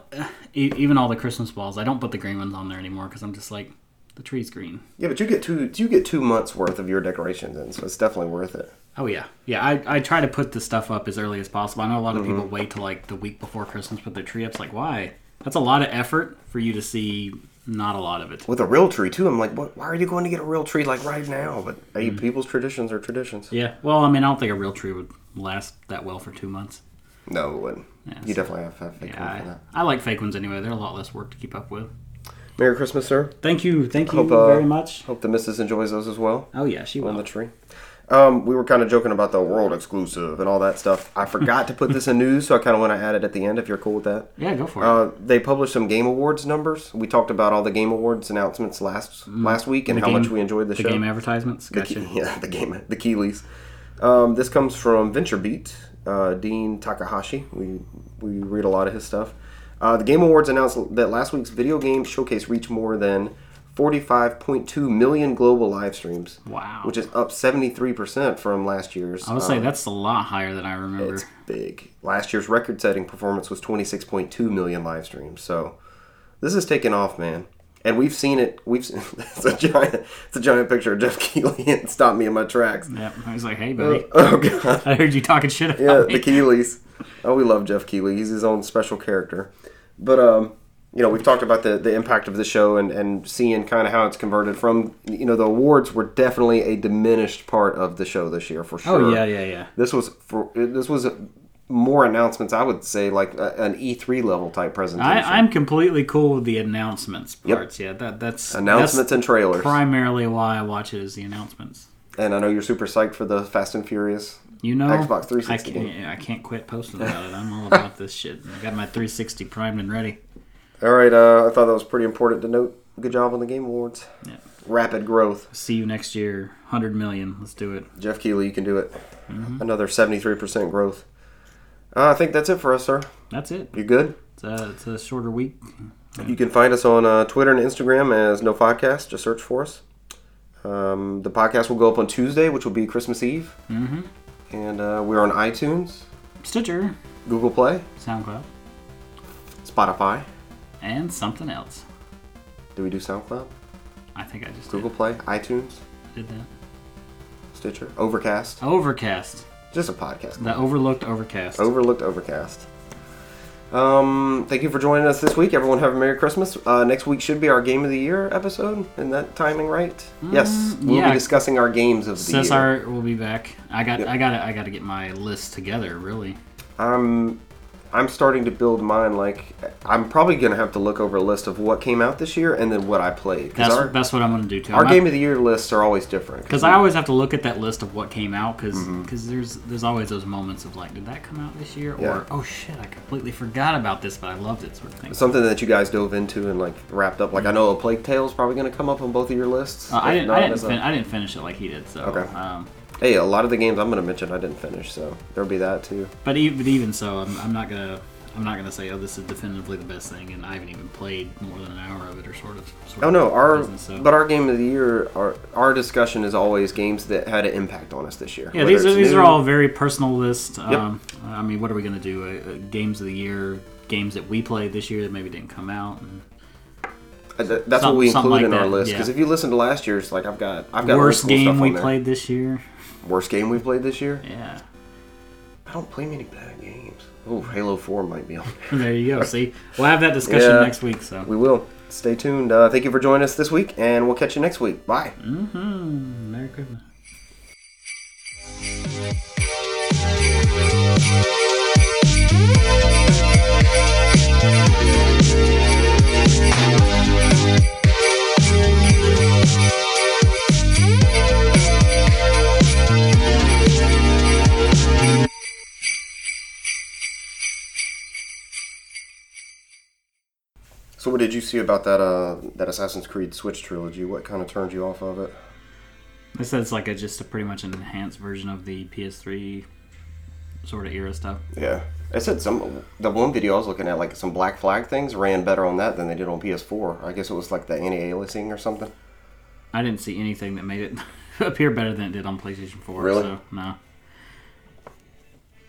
B: e- even all the Christmas balls. I don't put the green ones on there anymore because I'm just like the tree's green.
A: Yeah, but you get two you get two months worth of your decorations in, so it's definitely worth it.
B: Oh yeah, yeah. I, I try to put the stuff up as early as possible. I know a lot of
A: Mm-hmm.
B: people wait till like the week before Christmas to put their tree up. It's like why? That's a lot of effort for you to see not a lot of it.
A: With a real tree too, I'm like, what? Why are you going to get a real tree like right now? But hey, people's traditions are traditions.
B: Mm-hmm. Yeah. Well, I mean, I don't think a real tree would last that well for two months.
A: No, it wouldn't.
B: Yeah,
A: you
B: so-
A: definitely have to have fake one for
B: Yeah,
A: that.
B: I, I like fake ones anyway. They're a lot less work to keep up with.
A: Merry Christmas, sir.
B: Thank you, thank you
A: Hope, uh,
B: very much.
A: Hope the missus enjoys those as well
B: Oh yeah, she
A: on
B: will.
A: the tree. Um, we were kind of joking about the world exclusive and all that stuff. I forgot to put this in news, so I kind of want to add it at the end if you're cool with that.
B: Yeah, go for it.
A: Uh, they published some Game Awards numbers. We talked about all the Game Awards announcements last last week and
B: Mm. The
A: how
B: game-
A: much we enjoyed the,
B: the
A: show.
B: game advertisements.
A: The
B: Gotcha.
A: key- yeah, the game, the Keeleys. Um, this comes from VentureBeat, uh, Dean Takahashi. We we read a lot of his stuff. Uh, the Game Awards announced that last week's video game showcase reached more than 45.2 million global live streams,
B: Wow.
A: which is up 73% from last year's.
B: I would say that's a lot higher than I remember.
A: It's big. Last year's record setting performance was 26.2 million live streams. So this is taking off, man. And we've seen it. We've seen, it's a giant, it's a giant picture of Jeff Keighley and stop me in my tracks.
B: Yep. I was like, hey, buddy.
A: Oh god,
B: I heard you talking shit about
A: yeah,
B: me.
A: the Keeleys. Oh, we love Jeff Keeley. He's his own special character. But um, you know, we've talked about the the impact of the show and and seeing kind of how it's converted from you know the awards were definitely a diminished part of the show this year for sure.
B: Oh, yeah, yeah, yeah.
A: This was for this was more announcements. I would say like a, an E three level type presentation.
B: I, I'm completely cool with the announcements parts. Yeah, that that's
A: announcements
B: that's
A: and trailers.
B: primarily why I watch it is the announcements.
A: And I know you're super psyched for the Fast and Furious.
B: You know,
A: Xbox 360
B: I can't, I can't quit posting about it. I'm all about this shit. I got my 360 primed and ready.
A: All right, uh, I thought that was pretty important to note. Good job on the Game Awards.
B: Yeah.
A: Rapid growth.
B: See you next year. 100 million. Let's do it.
A: Jeff Keighley, you can do it.
B: Mm-hmm.
A: Another 73% growth. Uh, I think that's it for us, sir.
B: That's it.
A: You good?
B: It's a, it's a shorter week.
A: You can find us on uh, Twitter and Instagram as No Podcast. Just search for us. Um, the podcast will go up on Tuesday, which will be Christmas Eve. Mm-hmm. And uh, we're on iTunes,
B: Stitcher,
A: Google Play,
B: SoundCloud,
A: Spotify.
B: and something else.
A: Do we do SoundCloud?
B: I think I just
A: Google Play, iTunes,
B: Did, did that.
A: Stitcher, Overcast.
B: Overcast.
A: Just a podcast.
B: The overlooked Overcast.
A: Overlooked Overcast. Um, thank you for joining us this week. Everyone have a Merry Christmas. Uh, next week should be our Game of the Year episode. Isn't that timing right? yes. We'll
B: yeah.
A: be discussing Mm, our games of the year.
B: Cesar will be back. I got I got to I got to get my list together. Really,
A: I'm I'm starting to build mine. Like I'm probably gonna have to look over a list of what came out this year and then what I played. Because
B: that's
A: our,
B: that's what I'm gonna do too.
A: our game of the year lists are always different.
B: because I always have to look at that list of what came out because
A: Mm-hmm.
B: there's there's always those moments of like, did that come out this year?
A: Yeah.
B: Or oh shit, I completely forgot about this, but I loved it sort of thing.
A: something that you guys dove into and like wrapped up. Like I know a Plague Tale is probably gonna come up on both of your lists.
B: Uh, I
A: If
B: didn't
A: not,
B: I didn't,
A: it's a-
B: fin- I didn't finish it like he did. So
A: Okay.
B: um,
A: hey, a lot of the games I'm gonna mention I didn't finish, so there'll be that too.
B: but even, but even so, I'm, I'm not gonna. I'm not gonna say, oh, this is definitively the best thing, and I haven't even played more than an hour of it, or sort of. Sort
A: Oh
B: of
A: no, our
B: business, so.
A: but our game of the year, our our discussion is always games that had an impact on us this year.
B: Yeah,
A: Whether
B: these are,
A: it's
B: these
A: new-
B: are all very personal lists. Um, I mean, what are we going to do? Uh, Uh, games of the year, games that we played this year that maybe didn't come out. And
A: Uh, th- That's
B: some-
A: what we include
B: something like
A: in our
B: that,
A: list because
B: yeah.
A: if you listen to last year's, like I've got I've got old
B: worst
A: school stuff
B: game we
A: on there.
B: played this year.
A: Worst game we played this year?
B: Yeah,
A: I don't play many bad games. Oh, Halo 4 might be on there.
B: there you go. See, we'll have that discussion
A: Yeah.
B: next week. So,
A: We will. Stay tuned. Uh, thank you for joining us this week, and we'll catch you next week. Bye.
B: mm-hmm. Merry Christmas.
A: So, what did you see about that uh, that Assassin's Creed Switch trilogy? What kind of turned you off of it?
B: They said it's like a just a pretty much an enhanced version of the PS3 sort of era stuff.
A: Yeah, I said some. The one video I was looking at, like some Black Flag things, ran better on that than they did on PS4. I guess it was like the anti-aliasing or something.
B: I didn't see anything that made it appear better than it did on PlayStation 4.
A: Really?
B: So, no.